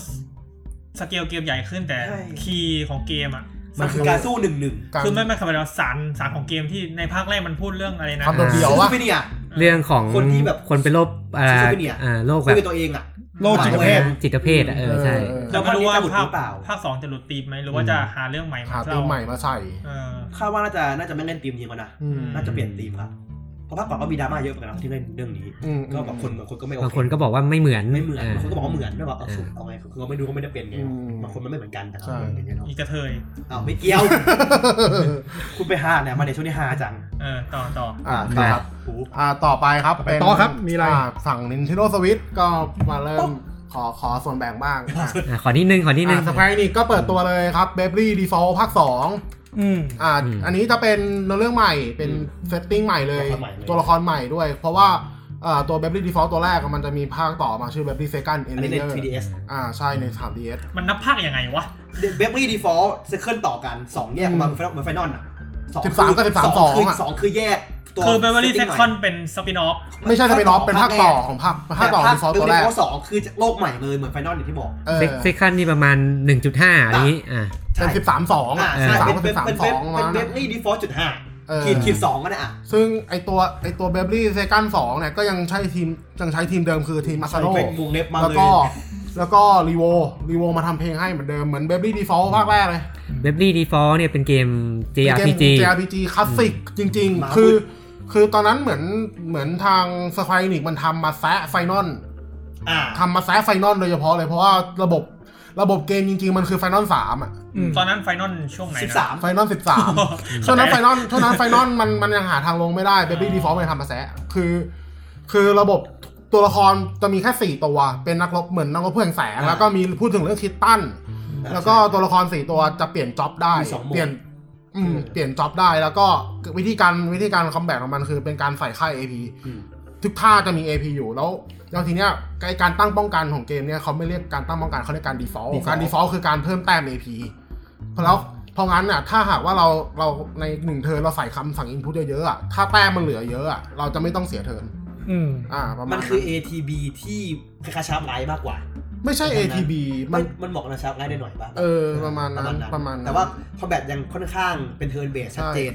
สเกลเกมใหญ่ขึ้นแต่
ใช่
คีย์ของเกมอ่ะ
มันคือการสู้หนึ่งหนึ่ง
การ
คือไม่ไม่คำว่าสารสารของเกมที่ในภาคแรกมันพูดเรื่องอะไรนะ
ทำโดนเดียว
สู้
วะ
ไปเนี่ย
เรื่องของ
คนที่แบบ
คนเป็นโรคอ่า
ซิสเตอร์เนี่ย
อ่าโรค
คุ
แบบ
ยกับตัวเองอะ
โรคจิตเภท
จิตเภทอะเออใช่
เออ
เราไม่รู้ว่า
แล้วภาคนี้จะห
ภาค
ลุดหรือเปล่า
ภาคสองจะหลุดตีมไหมหรือว่าจะหาเรื่องใหม่มา
หา
เล่
ตีมใหม่มาใส่
เออ
คาดว่าน่าจะน่าจะไม่เล่นธีมยิงแล้วนะ
อืม
น่าจะเปลี่ยนธีมครับ เพราะภาคก่อนก็มีดราม่าเยอะเหมือนกันนะที่เล่นเรื่องนี้
อืม
ก็แบบคนบางคนก็ไม่โอบ
าง
เค
คนก็บอกว่าไม่เหมือน
ไม่เหมือนบางคนก็บอกว่าเหมือนไม่บอกเอา
เออ
เอาไงคือเราไม่ดูก็ไม่ได้เป็นไง
อืม
บางคนมันไม่เหมือนกันแต่
ใช่
ก็อย่างเงี้ยเนาะ
อีกกระเทย
อ้าวไม่เกี่ยว คุณไปหาเนี่ยมาในช่วงนี้หาจัง
เออ ต่อต่อ
อ่า
มา
ครับ
หู
อ่าต่อไปครับ
ไปต่อครับมีอะไร
าสั่ง Nintendo Switch ก็มาเริ่มขอขอส่วนแบ่งบ้างอ่ะ
อ่ะขอนิดนึง ขอนิดนึง
สไปนี่ก็เปิดตัวเลยครับ b a b l y Default ภาค 2
อืม
อ่า
อืม
อันนี้จะเป็นเรื่องใหม่ เป็น
อืม
เซตติ้งใหม่เลย
ตัวละครใหม่เลย
ตัวละครใหม่ด้วย เพราะว่าเอ่อตัว b a b l y Default ตัวแรกอะมันจะมีภาคต่อมาชื่อ b a b l y Second
อันนี้ใน
Engineer
3ds
อ่า ใช่ใน 3DS
มันนับภาคยังไงวะ
เบเบอรี่ดีฟอลต์เซคันต่อกันสองแยกออกมาเหมือนไฟนอลเหมือนไฟนอลอ่ะ
13กับ13
คื
อ่ะ
สองคือแยกตัว
คือเบเวอรี่เซ
setting
ค
ใหม่
อนเป็นสปินออฟ
ไม่ใช่จะเป็นออฟเป็นภาคต่อของภาคภาคต่อ
ภาค
Default ตัว
Beverly
แรก
Default สองคือโลกใหม่เลยเหมือนไฟนอลอย่างที่บอก
เออ
เซคันนี่ประมาณ 1.5อะไรนี้อ่ะ
เป็น 13 2
อ่า
อ่ะ
ใช่
13
เป็น
กับ
เป็นเป็
13 2
นเป็
มาน
เว็
นะ
บนี่ดีฟอลต์จุดห้า
เออ
ขีดขีดสองก็ได้อ่ะ
ซึ่งไอตัวไอตัว b a b l y Second 2เนี่ยก็ยังใช้ทีมยังใช้ทีมเดิมคือทีมมาซาโน
เป็นวงเล็บมา
แล้ว
เลย
ก็แล้วก็รีโวรีโวมาทำเพลงให้เหมือนเดิมเหมือน b a b l y Default ภาคแรกเลย
เว็บลี่ดีฟอลเนี่ยเป็นเกม
เป็นเก
JRPG
ม JRPG คลาสสิกจริง
มา
ๆ คือ
มืด
คือตอนนั้นเหมือน เหมือนทางสควอนิกมันทำมาแซะไฟนอล
อ่า
ทำมาแซะไฟนอลโดยเฉพาะเลยเพราะว่าระบบ ระบบเกมจริง ๆ มันคือไฟนอลสามอ่ะ
อืม
ตอนนั้นไฟนอลช่วงไหน
สิบ
นะ
สาม
ไฟนอลสิบสามช่วงนั้นไฟนอลช่วงนั้นไฟนอลมัน มันยังหาทางลงไม่ได้เบบี้ดีฟอลต์มันทำมาแซะคือ คือระบบตัวละครจะมีแค่สี่ตัว เป็นนักรบเหมือนนักรบเพื่อนแสง แล้วก็มีพูดถึงเรื่องคิตตัน แล้วก็ตัวละครสี่ตัวจะเปลี่ยนจ็อบได้
มีสองโหมด
เปลี่ยนอืมเปลี่ยนจ็อบได้แล้วก็วิธีการวิธีการคอมแบทของมันคือเป็นการใส่ค่าย AP
อืม
ทุกท่าจะมี AP อยู่แล้วแล้วทีเนี้ยไอ้การตั้งป้องกันของเกมเนี่ยเขาไม่เรียกการตั้งป้องกันเขาเรียกการ default
default
การ default คือการเพิ่มแต้ม AP เพราะแล้วเพราะงั้นน่ะถ้าหากว่าเราเราในหนึ่งเทิร์นเราใส่คำสั่ง input เยอะๆอ่ะถ้าแต้มมันเหลือเยอะอ่ะเราจะไม่ต้องเสียเทิร์น
อืม
อ่าประมา
มั
ณ
นคือ ATB ที่คล้ายๆชาร์ปไลท์มากกว่า
ไม่ใช่ ATB
มั
มันน
มันเหมาะกับชาร์ปไลท์ได้หน่อยป่ะ
เออประมาณนั้นประมาณนั้น
แต่ว่าคอมแบทยังค่อนข้างเป็นเทิร์นเบสชัดเจน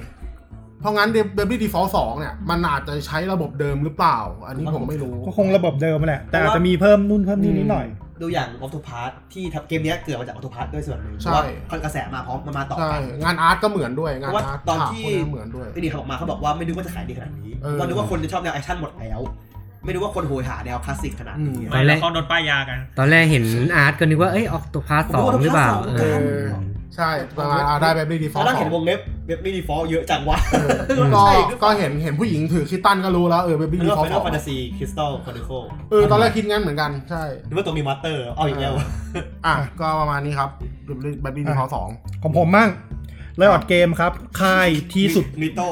เพราะงั้น b a b y Default 2 เนี่ย มันอาจจะใช้ระบบเดิมหรือเปล่า อันนี้
ผมว่า
ผมไม่รู้
ก็คงระบบเดิมแหละ แต่อาจจะมีเพิ่มนู่นเพิ่มนี่นิดหน่อย
ดูอย่างออโตพาร์ทที่ทำเกมเนี้ยเกิดมาจากออโตพาร์ทด้วยส่วนหนึ่งเพ
ใช่
ราะว่าคอนกระแสมาพร้อมมันมาต่อ
ใช่
กัน
งานอาร์ตก็เหมือนด้วย งาน
เพราะว่า
อาร์ต
ตอน
ฉาก
ที่
พวกนี้เหมือนด้วย
ไอ้นี่เขาออกมาเขาบอกว่าไม่นึกว่าจะขายดีขนาดนี้
เออ
ว่านึกว่าคนจะชอบแนวแอคชั่นหมดแล้ว ไม่นึกว่าคนโหยหาแนวคลาสสิกขนาดนี้
อื ต
ไม่
อนแร
แล้
ก
วเขาโดนป้ายยากัน
ตอนแรกเห็นอาร์ตก็นึกว่า เอ้ยออกตัวพาร์ทสองหรือเปล่า
ผม
เออ
ก็ว่า
เออ ใช่ประมาณอ่าได้ b a b y
ตอน
Default
นั้น
2
เห็นวงเล็บเว็บไม่ดีฟอลเยอะจังวะ
ก็
ใช่หรือเป
ก็
ล่า
เห็นเห็นผู้หญิงถือคิตตันก็รู้แล้ว เออ b a b y
นึกว่า
Default
ไฟนอลแฟนตาซีคริสตัลคอนดิโค
2เออ ตอนแรกคิดงั้นเหมือนกัน ใช่
นึกว่าตัวมีมาสเตอร์เอาอีกแล้วอะ
อ่ะ ก็ประมาณนี้ครับ b a b y Default 2
ของผมมั่งเลออดเกมครับ ค่ายที่สุด
นิโต้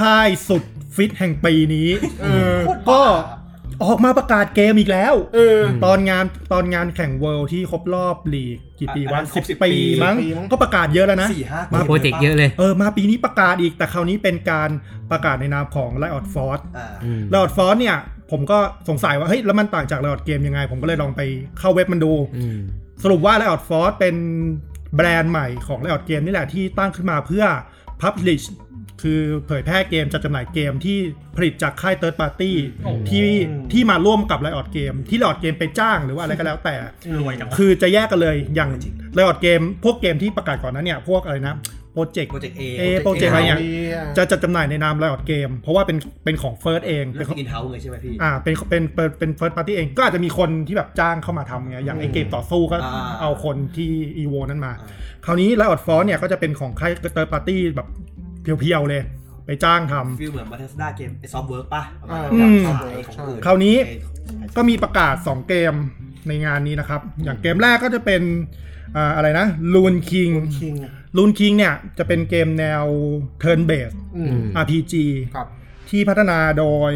ค่ายสุดฟิตแห่งปีนี้
เออ
โคตร
ก็
บ้า
ออกมาประกาศเกมอีกแล้ว
เออ
ตอนงานตอนงานแข่งเวิลด์ที่ครบรอบลีกกี่ปี
อั
วะ
นนั้น
สิบปีมั้ง
ปีมั้ง
ก็ประกาศเยอะแล้วนะ
สี่ห้า
มีโปรเจกต์เยอะเลย
เออ มาปีนี้ประกาศอีก แต่คราวนี้เป็นการประกาศในนามของ Riot Force
อ่า
อืม
Riot Force เนี่ย ผมก็สงสัยว่า เฮ้ย แล้วมันต่างจาก Riot Game ยังไง ผมก็เลยลองไปเข้าเว็บมันดู
อืม
สรุปว่า Riot Force เป็นแบรนด์ใหม่ของ Riot Game นี่แหละที่ตั้งขึ้นมาเพื่อ Publish คือเผยแพร่เกมจัดจำหน่ายเกมที่ผลิตจากค่าย Third Party
โอ้โห
ที่ที่มาร่วมกับ Riot Game ที่ Riot Game ไปจ้างหรือว่าอะไรก็แล้วแต่
รวยจัง วะ
คือจะแยกกันเลยอย่าง Riot Game พวกเกมที่ประกาศก่อนหนั้นเนี่ย พวกอะไรนะโปรเจกต์
โปรเจกต์เอ
เอโปรเจกต์อะไรเนี่ย
จะ
จะจัดจำหน่ายในนาม Riot Game เพราะว่าเป็นเป็นของ First เอง
เรื่
เป็
อนง
ของ
อินเฮ้าเลยใช่ไหมพี่
อ่าเป็นเป็นเป็นเป็น First Party เองก็อาจจะมีคนที่แบบจ้างเข้ามาทำไงอย่างไอเกมต่อสู้ก็
อ่า
เอาคนที่ EVO นั้นมา
อ่า
คราวนี้ Riot Force เนี่ยก็จะเป็นของค่าย Third Party แบบเพียวๆเลย ไปจ้างทำ
ฟีลเหมือนมาเทสด้าเกมไอซอฟเวิร์กป่ะประมาณนั้น
อืม
ขายของอื่น
คราวนี้
ไอ้ไอ้
ก็มีประกาศ 2 เกมในงานนี้นะครับ อย่างเกมแรกก็จะเป็นอ่าอะไรนะ Loon King
คิง
Loon King เนี่ยจะเป็นเกมแนว Turn Based
อืม
อืม
RPG
ครับ
ที่พัฒนาโดย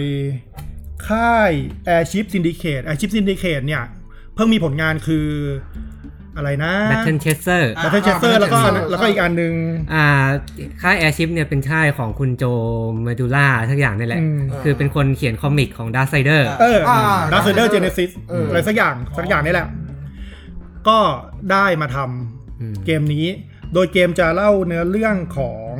ค่าย Airship Syndicate Airship Syndicate เนี่ย เพิ่งมีผลงานคืออะไรนะ
Battle Chaser
อ่ะ
Battle Chaser แล้วก็
Battle
แล้วก็อีกอันหนึง
อ่าค่ายแอร์ชิพเนี่ยเป็นค่ายของคุณโจเมดูล่าทั้งอย่างนี่แหละ
อืม
คือเป็นคนเขียนคอมิกของดาร์ไซเดอร์
อ่ะ
เออ
อ่า
ดัสเซอร์เจเนซิส
เอออ
อะไรสักอย่างสักอย่างนี่แหละ ก็ได้มาทำเกมนี้ โดยเกมจะเล่าเนื้อเรื่องของ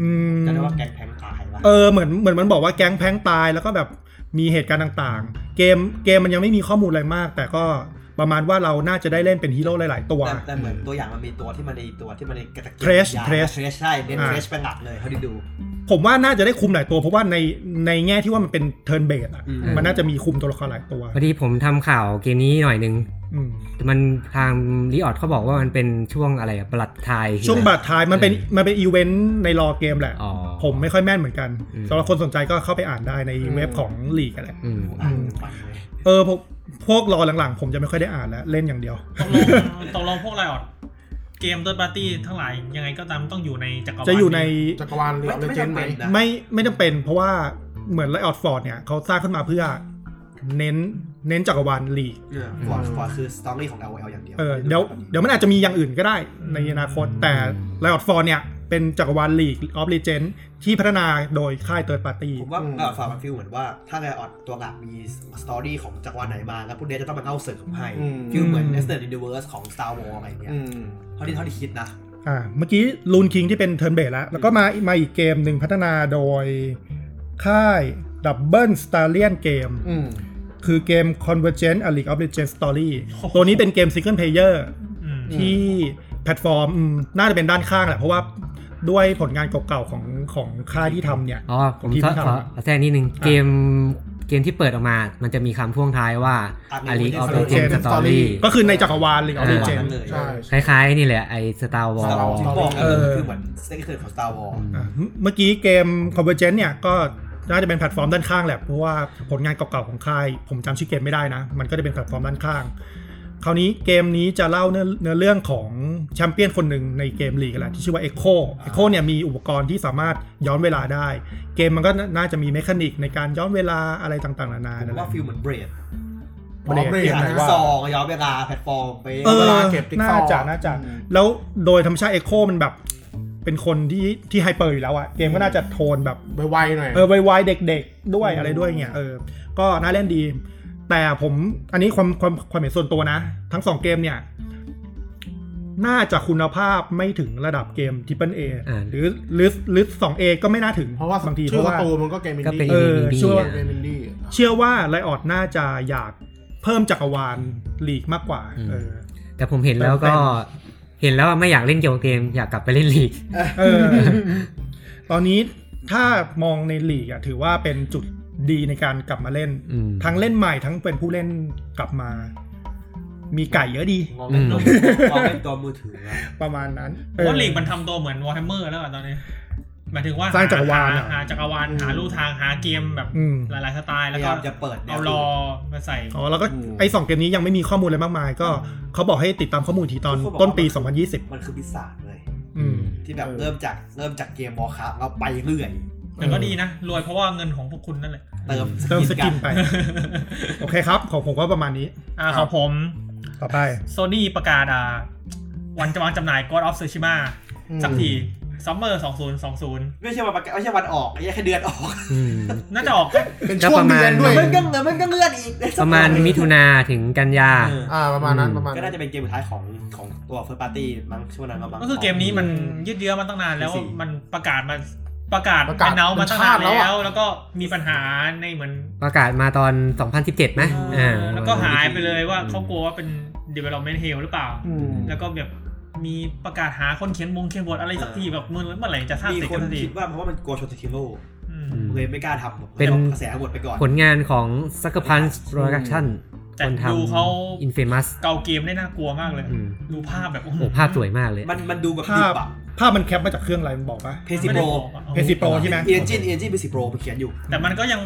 อืม
จะเรียกว่าแกงแพงตายว่ะ
เออเหมือนเหมือนมันบอกว่าแก๊งแพ้งตายแล้วก็แบบมีเหตุการณ์ต่างๆ เกมเกมมันยังไม่มีข้อมูลอะไรมาก แต่ก็ประมาณว่าเราน่าจะได้เล่นเป็นฮีโร่หลาย ๆ ตัว
แต่แต่เหมือนตัวอย่างมันมีตัวที่มันในตัวที่มันในกระตะเกียบ
Trash
ยา
Trash
เทรชใช่เน้น
อ่า
เทรชเป็นหลักเลยเขาได้ดู
ผมว่าน่าจะได้คุมหลายตัว เพราะว่าในในแง่ที่ว่ามันเป็นเทิร์นเบสอ่ะ
อืม
มันน่าจะมีคุมตัวละครหลายตัว
พอดีผมทำข่าวเกมนี้หน่อยนึง
อืม
แต่มันทางรีออดเขาบอกว่ามันเป็นช่วงอะไรอะปลัดไทยใไหม
ช่วงบัตรทายมันเป็น
เออ
มันเป็นอีเวนต์ในรอเกมแหละ
อ๋อ
ผมไม่ค่อยแม่นเหมือนกัน
อืม
สำหรับคนสนใจก็เข้าไปอ่านได้ในเว็บของลีกแหละ
อืม
อ่าน
อืม
ฟังเลย
เออพวกพวกรอหลังๆ ผมจะไม่ค่อยได้อ่านแล้วเล่นอย่างเดียว
ตกลงตกลงพวกไรออดเกมเติร์ดปาร์ตี้ทั้งหลายยังไงก็ตามต้องอยู่ในจักรวาล
จะอยู่ใน
จักรวาลเรียลเล
ไม่ไม่
เจนด์
จำ
ไหม
เป็นนะ
ไม่ไม่จำเป็นเพราะว่าเหมือนไลออดฟอร์ดเนี่ยเขาสร้างขึ้นมาเพื่อเน้นเน้นจักรวาลลีก
เออฟอร์ดฟอร์ดคือสตอรี่ของ LOL อย่างเดียว
เออเดี๋ยวเดี๋ยวมันอาจจะมีอย่างอื่นก็ได้ในอนาคต แต่ไลออดฟอร์ดเนี่ย เป็นจักรวาลลีกออฟเลเจนด์ที่พัฒนาโดยค่ายเติร์ดปาร์ตี้
ผมว่า
อืม
เออฟอร์ดมันฟีลเหมือนว่าถ้าไงออดตัวหลักมีสตอรี่ของจักรวาลไหนมาแล้วพวกเนี้ยจะต้องมาเล่าเสริมให้ฟีลเหมือน Extended Universe ของ Star Wars อะไรเงี้ย
อืม
เท่าที่เท่าที่คิดนะ
อ่าเมื่อกี้ลูนคิงที่เป็นเทิร์นเบสแล้ว แล้วก็มามาอีกเกมหนึ่งพัฒนาโดยค่ายดับเบิลสตาร์เลียนเกม
อืม
คือเกม Convergent A League of Legends Story ตัวนี้เป็นเกม Single Player
อืม
ที่แพลตฟอร์มอืมน่าจะเป็นด้านข้างแหละ เพราะว่าด้วยผลงานเก่าๆของของค่ายที่ทำเนี่ย
อ๋อผม
ที่
ขอ
ทำ
ขอขอแทรกนิดนึง เกมเกมที่เปิดออกมา มันจะมีคำพ่วงท้ายว่า
อ่ะ
อาลีออฟเด
Legends
เจน
Story
สตอรี่
ก็คือในจักรวาล League of
จักรวาล
Legends
นั้นเลย
ใช่
คล้ายๆ นี่แหละไอสตาร์วอล
Star Wars ที่บอก
เออ
คือเหมือนสเต็กเกิร์ของ Star Wars
อ่ะเมื่อกี้เกม Convergent เนี่ยก็น่าจะเป็นแพลตฟอร์มด้านข้างแหละ เพราะว่าผลงานเก่าๆของค่าย ผมจำชื่อเกมไม่ได้นะ มันก็จะเป็นแพลตฟอร์มด้านข้าง คราวนี้เกมนี้จะเล่าเนื้อเนื้อเรื่องของแชมเปี้ยนคนหนึ่งในเกมลีกแหละที่ชื่อว่า Echo Echo เนี่ยมีอุปกรณ์ที่สามารถย้อนเวลาได้ เกมมันก็น่าจะมีเมคานิกในการย้อนเวลาอะไรต่างๆนานา
ผม
นั่นแห
ว่า
ละ
ฟีลเหมือนเบรด
บล็อกเบร
เบร
ด
ด
นะ
ซองย้อนเวลาแพลตฟอร์มไป
เออ
เวลาเก็บติ๊กซอ
น่าจะน่าจะ
อืม
แล้วโดยธรรมชาติเอโคมันแบบ เป็นคนที่ที่ไฮเปอร์อยู่แล้วอะเกมก็น่าจะโทนแบบ
ไวๆหน่อย
เออวัยๆเด็กๆ ด้วยอะไรด้วยเงี้ยเออ ก็น่าเล่นดี แต่ผมอันนี้ความความความเห็นส่วนตัวนะ ทั้งสองเกมเนี่ย น่าจะคุณภาพไม่ถึงระดับเกม Triple A
อ่า
หรือหรือหรือ 2A ก็ไม่น่าถึง
เพราะว่า
บางทีเพ
ชื่อ
ราะ
การะ
ว่า
ตูนมันก็เกมอิน
ก็เป็น
ดี้
เออ
อินดี้
ช่วง
อะ
เกมอินดี้
เชื่อว่าไลออดน่าจะอยากเพิ่มจักรวาลลีกมากกว่า เออ
แต่ผมเห็นแล้ว
แปล
ก็
ก
เห็นแล้วอะไม่อยากเล่นเกี่ยวกับเกม อยากกลับไปเล่นลีก
เออ ตอนนี้ถ้ามองในลีกอะถือว่าเป็นจุดดีในการกลับมาเล่น
อืม
ทั้งเล่นใหม่ทั้งเป็นผู้เล่นกลับมา มีไก่เยอะดี
มองเป็นตัวมองเป็นตัวมือถืออะ
ประมาณนั้น
เพ
เออ
ราะลีกมันทำตัวเหมือนวอร์ a m เมอร์แล้วอะตอนนี้ หมายถึงว่า
สร้างจักรวาลอะ
หหาจักรวาลหาลู่ทางหาเกมแบบ
อืม
หลายๆสไตล์
พ
แล้ว
ยา
ก็
ยามจะเปิดแน
เอา
ว
รอมาใส่
อ๋อแล้วก็
อืม
ไอ้สองเกมนี้ยังไม่มีข้อมูลอะไรมากมาย ก็เขาบอกให้ติดตามข้อมูลทีตอน
เขาบอกว่า
ต้นปี
มันคือพิศาจเลย
2020 อืม
ที่แบบ
เออ
เริ่มจากเริ่มจากเกมบอลครับเราไปเรื่อย
แต่ก็ดีนะ รวยเพราะว่าเงินของพวกคุณนั่นแหละ
เติม
เติมสกิน
กั
ไป โอเคครับ ของผมก็ประมาณนี้
อ่าของผม
ต่อไป
โซนี่ประกาศอ่าวันจะวางจำหน่าย God of Tsushima
อืม
สักทีซัมเมอร์2020
ไม่ใช่วันประกาศไม่ใช่วันออกไอ้เหี้ยแค่เดือนออก
อืม
น่าจะออกก็
เป็นช่วงเดือนด้วย
ก็
มัน
ระาณ
ก็เลื่อนมันก็เลื่อนอีก
ประมาณมิถุนาถึงกันยา
เออ
อ่าประมาณนั้นประมาณ
ก็น่าจะเป็นเกมสุดท้ายของของตัวเฟิร์สปาร์ตี้มั้งช่วงนั้นมั้ง
ก็คือเกมนี้มันยืดเยื้อมาตั้งนานแล้ว
สี่
มันประกาศมาประกาศ
ประกาศ
เป็นเนามาตั้งนาน
เป็นชาติแล้วอะ
แล้ว แล้วก็มีปัญหาในเหมือน
ประกาศมาตอน 2017นะอ่า
แล้วก็หายไปเลยว่าเขากลัวว่าเป็น development hell หรือเปล่า
อืม
แล้วก็แบบมีประกาศหาคนเขียนวงเขียนบทอะไรสักทีแบบเมื่อเมื่อไหร่จะสร้าง
มี
เสร็จ
คน
สักที
คิดว่าเพราะว่ามันกลัวชนสกิโร่
อืม
เลยไม่กล้าทำ
เป็น
แต่อากระแสหมดไปก่อน
ผลงานของ Sucker Punch Production
แต่
คน
ดู
ทำ
เขา
Infamous
เกาเกมได้น่ากลัวมากเลย
อืม
ดูภาพแบบโอ้โห
โอ้ภาพสวยมากเลย
มันมันดูแบบ
ภา
ดิ
พ
บอะ
ภาพมันแคปมาจากเครื่องอะไรมันบอกปะ
เพซิ
ไม่
โป
ได้
ร
บอกอะ
เพซิโปรใช่ไหม
เอเจนต์เอเจนต์เพซิโปรมันเขียนอยู่
แต่มันก็ยัง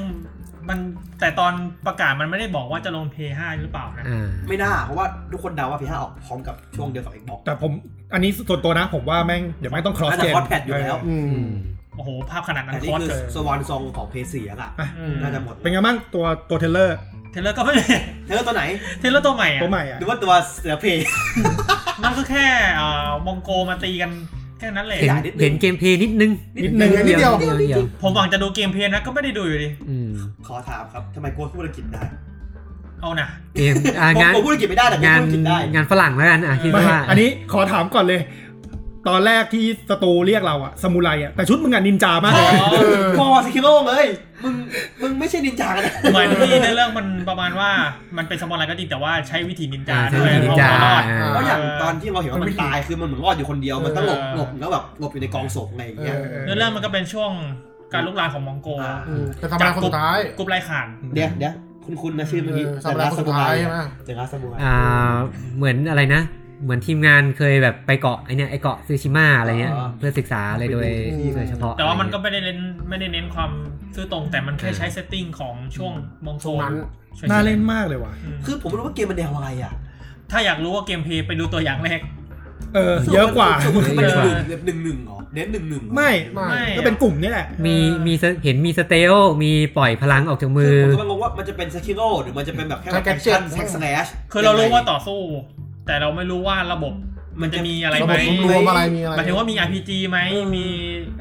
มันแต่ตอนประกาศมันไม่ได้บอกว่าจะลง p 5หรือเปล่านะ
อ่า
ไม่น่า เพราะว่าทุกคนเดาว่า PS5 ออกพร้อมกับช่วงเดือนสอง Xbox
แต่ผมอันนี้ส่วนตัวนะผมว่าแม่งเดี๋ยวแม่งต้อง cross
น่าจะ
gen
cross patch อยู่แล้ว
อืม
โอ้โห ภาพขนาดนั้
แต่
น
นี่
คอส
คือ
เลย
สวอนซองของเพย์เสียอะ
อ่ะ
อืม
น่าจะหมด
เป็นไงบ้างตัวตัวเทรลเลอร์
เทรลเลอร์ก็ไม่
เธอตัวไหน
เทรลเลอร์ตัวใหม่อะ
ตัวใหม่อ่ะ
หรือว่าตัวเสือเพย์
มันก็แค่เอ่อมองโกมาตีกันแค่นั้นเลย
เห็น
ด่านิดนึง
เห็นเกมเพลย์นิดนึง
นิดนึง
นิดเดียว
นิดเดียว
ผมหวังจะดูเกมเพลย์นะก็ไม่ได้ดูอยู่ดี
อืม
ขอถามครับทำไมกลัวพูดอังกฤษได้
เอานะ
เกมอ่ะ
ผม
งาน
กลัวพูดอังกฤษไม่ได้แต่กลัว
งาน
พูดอังกฤษได้
งานฝรั่งแล้วกันอ่ะคิด
ไม่
ว่า
อันนี้ขอถามก่อนเลย ตอนแรกที่สตูเรียกเราอะสมุไรอะแต่ชุดมึงอะนินจามากเลย
อ๋อ
นะ
เออพอสกิโลงเลย มึง มึงไม่ใช่นินจากันนะ
เหมือนที่ในเรื่องมันประมาณว่ามันเป็นสมอลไลน์ก็จริงแต่ว่าใช้วิธีนินจา
อ่าใช่
ด้วย
วิธีนินจา
เอตัวรอด
อ่า
เพราะอย่างตอนที่เราเห็นว่ามันตายคือมันเหมือนรอดอยู่คนเดียว มันต้องหลบ
เออ
หลบแล้วแบบหลบอยู่ในกองศพอะไรอย่างเงี้ย
เออ
ในเรื่องมันก็เป็นช่วงการลุกลามของมองโก
อ่า
อืมเป็นสมุไรคนสุดท้าย
กลุ่มไล่ขาน
เดี๋ยวเดี๋ยวคุณคุณนะชื่อเมื่อกี้
เออสมุไรคนสุดท้ายใช่ไหม
เดอะลาสมูไร
อ่าเหมือนอะไรนะ เหมือนทีมงานเคยแบบไปเกาะไอเนี่ยไอเกาะซูชิมาอะไรเงี้ยเพื่อศึกษาอะไรโดย
อืม
โดยเฉพาะ
แต่ว่ามันก็ไม่ได้เน้นไม่ได้เน้นความซื่อตรงแต่มันแค่ใช้เซตติ้งของช่วงมองโก
ช่วงนั้น
ช่วง
น่าเล่นมากเลยว่ะ
อืม
คือผมไม่รู้ว่าเกมมันแนวอะไรอ่ะ
ถ้าอยากรู้ว่าเกมเพลย์ไปดูตัวอย่างแรก
เออ เยอะกว่า
สรุปคือมันหนึ่งหนึ่งหนึ่งเหรอ เน้นหนึ่งหนึ่งเหรอ
ไม่
ไม่
ก็เป็นกลุ่มนี่แหละ
มีมีเสเห็นมีสเตลมีปล่อยพลังออกจากมื
คือ
อ
ผมก็งงว่ามันจะเป็นสกิโลหรือมันจะเป็นแบบแค่แบบแอคชั่นแท็กสแลช
คือเรารู้ว่าต่อสู้ แต่เราไม่รู้ว่าระบบมันจะมีอะไร
ระ
ไห
บ
ม
บรวมอะไรมีอะไร
หมายถึงว่ามี RPG ไหมมี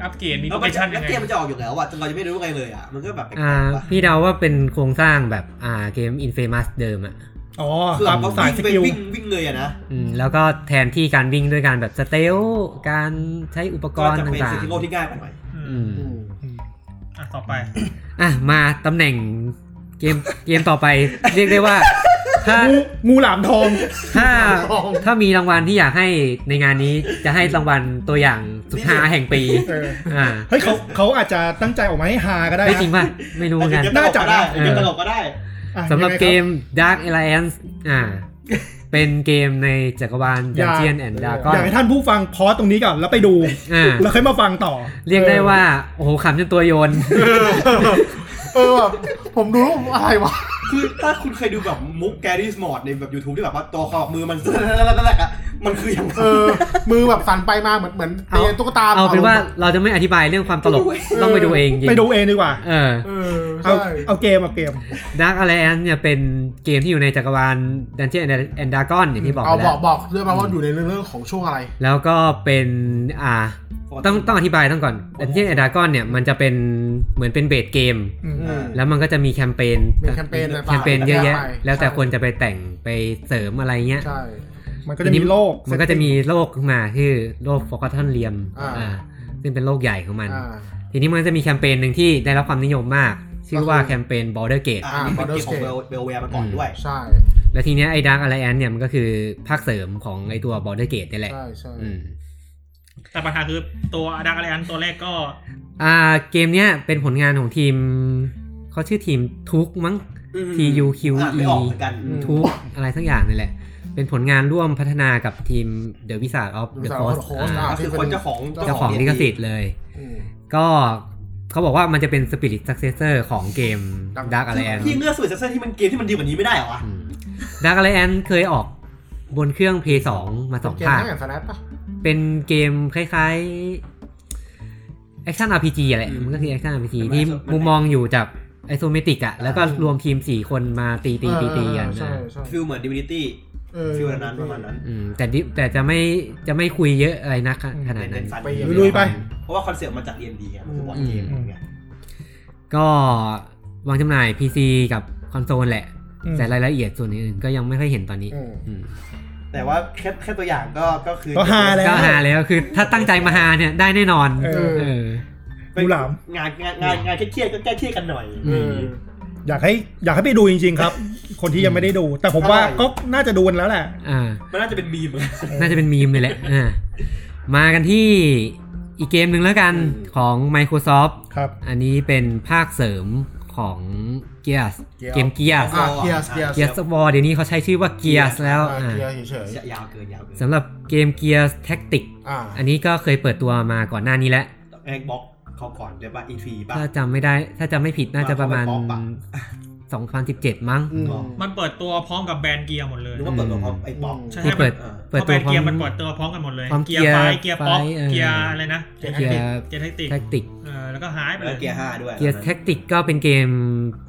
อัปเกรดมีโป
แล้ว
ร
มั
เก
นจะ
ชั่นยัง
แล้ว
ไง
เกมมันจะออกอยู่แล้วอ่ะจนเราจะไม่รู้อะไรเลยอ่ะ มันก็แบบแปลก
อ่า
ๆปะ
พี่เดาว่าเป็นโครงสร้างแบบอ่าเกม Infamous เดิมอ่ะ
อ๋อ
คือ
ตา
เรา
ม
ก็
สายส
วิ่งไป
กิล
วิ่งวิ่งเลยอ่ะนะ
อืมแล้วก็แทนที่การวิ่งด้วยการแบบสเตลการใช้อุปก
ก็
รณ์
จะเป็น
ต่า
ส
ง
กิโลที่ง่ายไปหน่อย
อื
ๆ
ม
อืม
อืม
อ่ะต่อไป
อ่ะมาตำแหน่งเกมเกมต่อไป เรียกได้ว่า ถ้า
งูงูหลามทอง
ถ้า
ลอง
ถ้ามีรางวัลที่อยากให้ในงานนี้จะให้รางวัลตัวอย่างสุดฮาแห่งปี
เออ
อ่า
เฮ้ยเขาเขาอาจจะตั้งใจออกมาให้ฮาก็ได้
ไม่
นะ
จริงป่ะ ไม่รู้เหมือนกัน
แต่ถึงจะตลกก็ได้
น่าจะ
ถึงจะตลกก็ได้
อ่ะ
สำหรับ
ยังไงค
เกม Dark Alliance อ่า เป็นเกมในจักรวาล
อยาก
Dungeon and
อ
Dragon
ยากให้ท่านผู้ฟังพอสตรงนี้ก่อนแล้วไปดู
อ่า
แล้วค่อยมาฟังต่อ
เรียกได้ว่า โอ้โหขำจนตัวโยน
เออแบบผมดูแล้วอะไรวะ
คือถ้าคุณเคยดูแบบมุกแกรี่สมอร์ตในแบบ YouTube ที่แบบว่าตัวคอมือมันนั่นแหละอะมันคืออย่างนั้น
เออ มือแบบสั่นไปมาเหมือนเหมือน
เอา
เตียนตุ๊กตา
เอาเป็นว่า
ลง
เราจะไม่อธิบายเรื่องความตลก ต้องไปดูเองจริง
ไปดูเองดีกว่า
เออ
เออ
เอา
ใช่
เอาเกมเอาเกม
Dark Alliance เนี่ยเป็นเกมที่อยู่ในจักรวาล Dungeon and Dragon อย่างที่บอก
เอา
ไป
บ
แล้
อ
ว
กบอกด้วยมาว่าอยู่ในเรื่องของช่วงอะไร
แล้วก็เป็นอ่า ต้องต้องอธิบายต้องก่อน Dungeon and Dragon เนี่ยมันจะเป็นเหมือนเป็นเบสเกม
อืม
อืม
แล้วมันก็จะมีแคมเปญ
มีแคมเปญต่างๆ
แคมเปญเยอะแยะ
มากมาย
แล้วแต่คนจะไปแต่งไปเสริมอะไรเงี้ย
ใช่
มันก็จะมีโลก
มันก็จะมีโลกขึ้นมาคือโลก Forgotten Realm
อ่า
อ่าซึ่งเป็นโลกใหญ่ของมัน
อ่า
ทีนี้มันจะมีแคมเปญหนึ่งที่ได้รับความนิยมมาก ชื่อว่า
ก็คือ
แคมเปญ Border Gate
อ่านี่เป็นเกมของเบลแวร์มาก่อนด้วย
ใช่
และทีเนี้ยไอ้ Dark Alliance เนี่ยมันก็คือภาคเสริมของไอ้ตัว Border Gate นี่แหละ
ใช่ใช่
อืม
แต่ปัญหาคือตัวอดังอะไรอันตัวแรกก็
อ่าเกมเนี้ยเป็นผลงานของทีม เขาชื่อทีมทุกมั้ง
อืม
T U Q
อ่านไม่
E
ออกเหมือนกัน
ทุกอะไรทั้งอย่างนี่แหละ เป็นผลงานร่วมพัฒนากับทีม The Wizard of
ดู
the
สาว
Coast
โค้ช
อ่า
อ่ะ
ก็คือคนเจ้าของ
เจ้าของลิขสิทธิ์เลย
อืม
ก็เขาบอกว่ามันจะเป็น Spirit Successor ของเกม
Dark-
Dark Alliance
ที่เลือกสวิตเซอร์เซอร์ที่มันเกมที่มันดีกว่านี้ไม่ได้เหรอวะ
Dark Alliance เคยออกบนเครื่อง PS2 มาสอง
เกม
ภาค
แข่งสแนปป่ะ
เป็นเกมคล้ายๆ Action RPG อะไร
อืม
มันก็คือ Action RPG
มัน
ที่
มัน
มุมมองอยู่จากไอโซเมตริกอะแล้วก็รวมทีม 4 คนมาตีตีตีตีกัน
ใช่
นะ
ใช่
ฟิลเหมือนดิมินิตี้
เออ
ฟิลนั้นๆประมาณนั้น
อืมแต่ดิแต่จะไม่จะไม่คุยเยอะอะไรนักขนาด
เป็นเป็
นั้น น
ฟัน
ลุยๆไป
เพราะว่าคอนเซ็ปต์มันจากเอ็นดีไงมันคือบอร์ดเกมอะไรเงี้ย
ก็วางจำหน่าย PC กับคอนโซลแหละ
อืม
แต่รายละเอียดส่วนอื่นๆก็ยังไม่ค่อยเห็นตอนนี้
อืม
อืม
แต่ว่าแค่แค่ตัวอย่างก็ก็คือ
ก็ฮาแล้ว
ก็หาแล้วคือถ้าตั้งใจมาหาเนี่ยได้แน่นอน
เออ
เออ
งูหลาม
งานงานงานงานเครียดๆก็แก้เครียดกันหน่อย
อื
เอ
ม
อ
อยากให้อยากให้ไปดูจริง ๆ ครับ คนที่ยังไม่ได้ดู แต่ผมว่าก็น่าจะดูกันแล้วแหละ
อ่า
มันน่าจะเป็นมีมเหมือนกัน
น่าจะเป็นมีมเลยแหละอ่ามากันที่อีกเกมหนึ่งแล้วกัน
อืม
ของ Microsoft
ครับ
อันนี้เป็นภาคเสริมของ Gears
Gears
เกม Gears
อ่ะ Gears Gears
Gears of War เดี๋ยวนี้เขาใช้ชื่อว่า Gears แล้ว
เออ
อ่า
เกียร์เฉย
ยาวเกินยาวเกิน
สำหรับเกม Gears Tactic
ๆอ่า
อันนี้ก็เคยเปิดตัวมาก่อนหน้านี้แล้ว
แม็กบ็อกเขาก่อนเดี๋ยวป่ะอีทีป่ะ
ถ้าจำไม่ได้ถ้าจำไม่ผิดน่าจะประมาณ
ประมาณ
2017 มั้ง
อืม
มันเปิดตัวพร้อมกับแบรนด์เกียร์หมดเลย
หรือว่าเปิดแบบพร้อมไอ้ป๊อป
ใช่
ที่
เปิ
เปิ
ด
ด
เออ
เปิ
เปิ
ด
ดตัว ว
ตัเกีย
พ
ร์
ร้อ
มันเปิดตัวพร้อมกันหมดเลย
พร้อม
เกียร์ไฟ
เกียร์
เกียร์ป๊อป
ไฟเออ
เกียร์อะไรนะ
เกียร์
เกียร์แท็กติก
แท็กติก
เออแล้วก็หายไปเล
แล้ว
ย
เกียร์ห้าด้วย
เกียร์แท็กติกก็เป็นเกม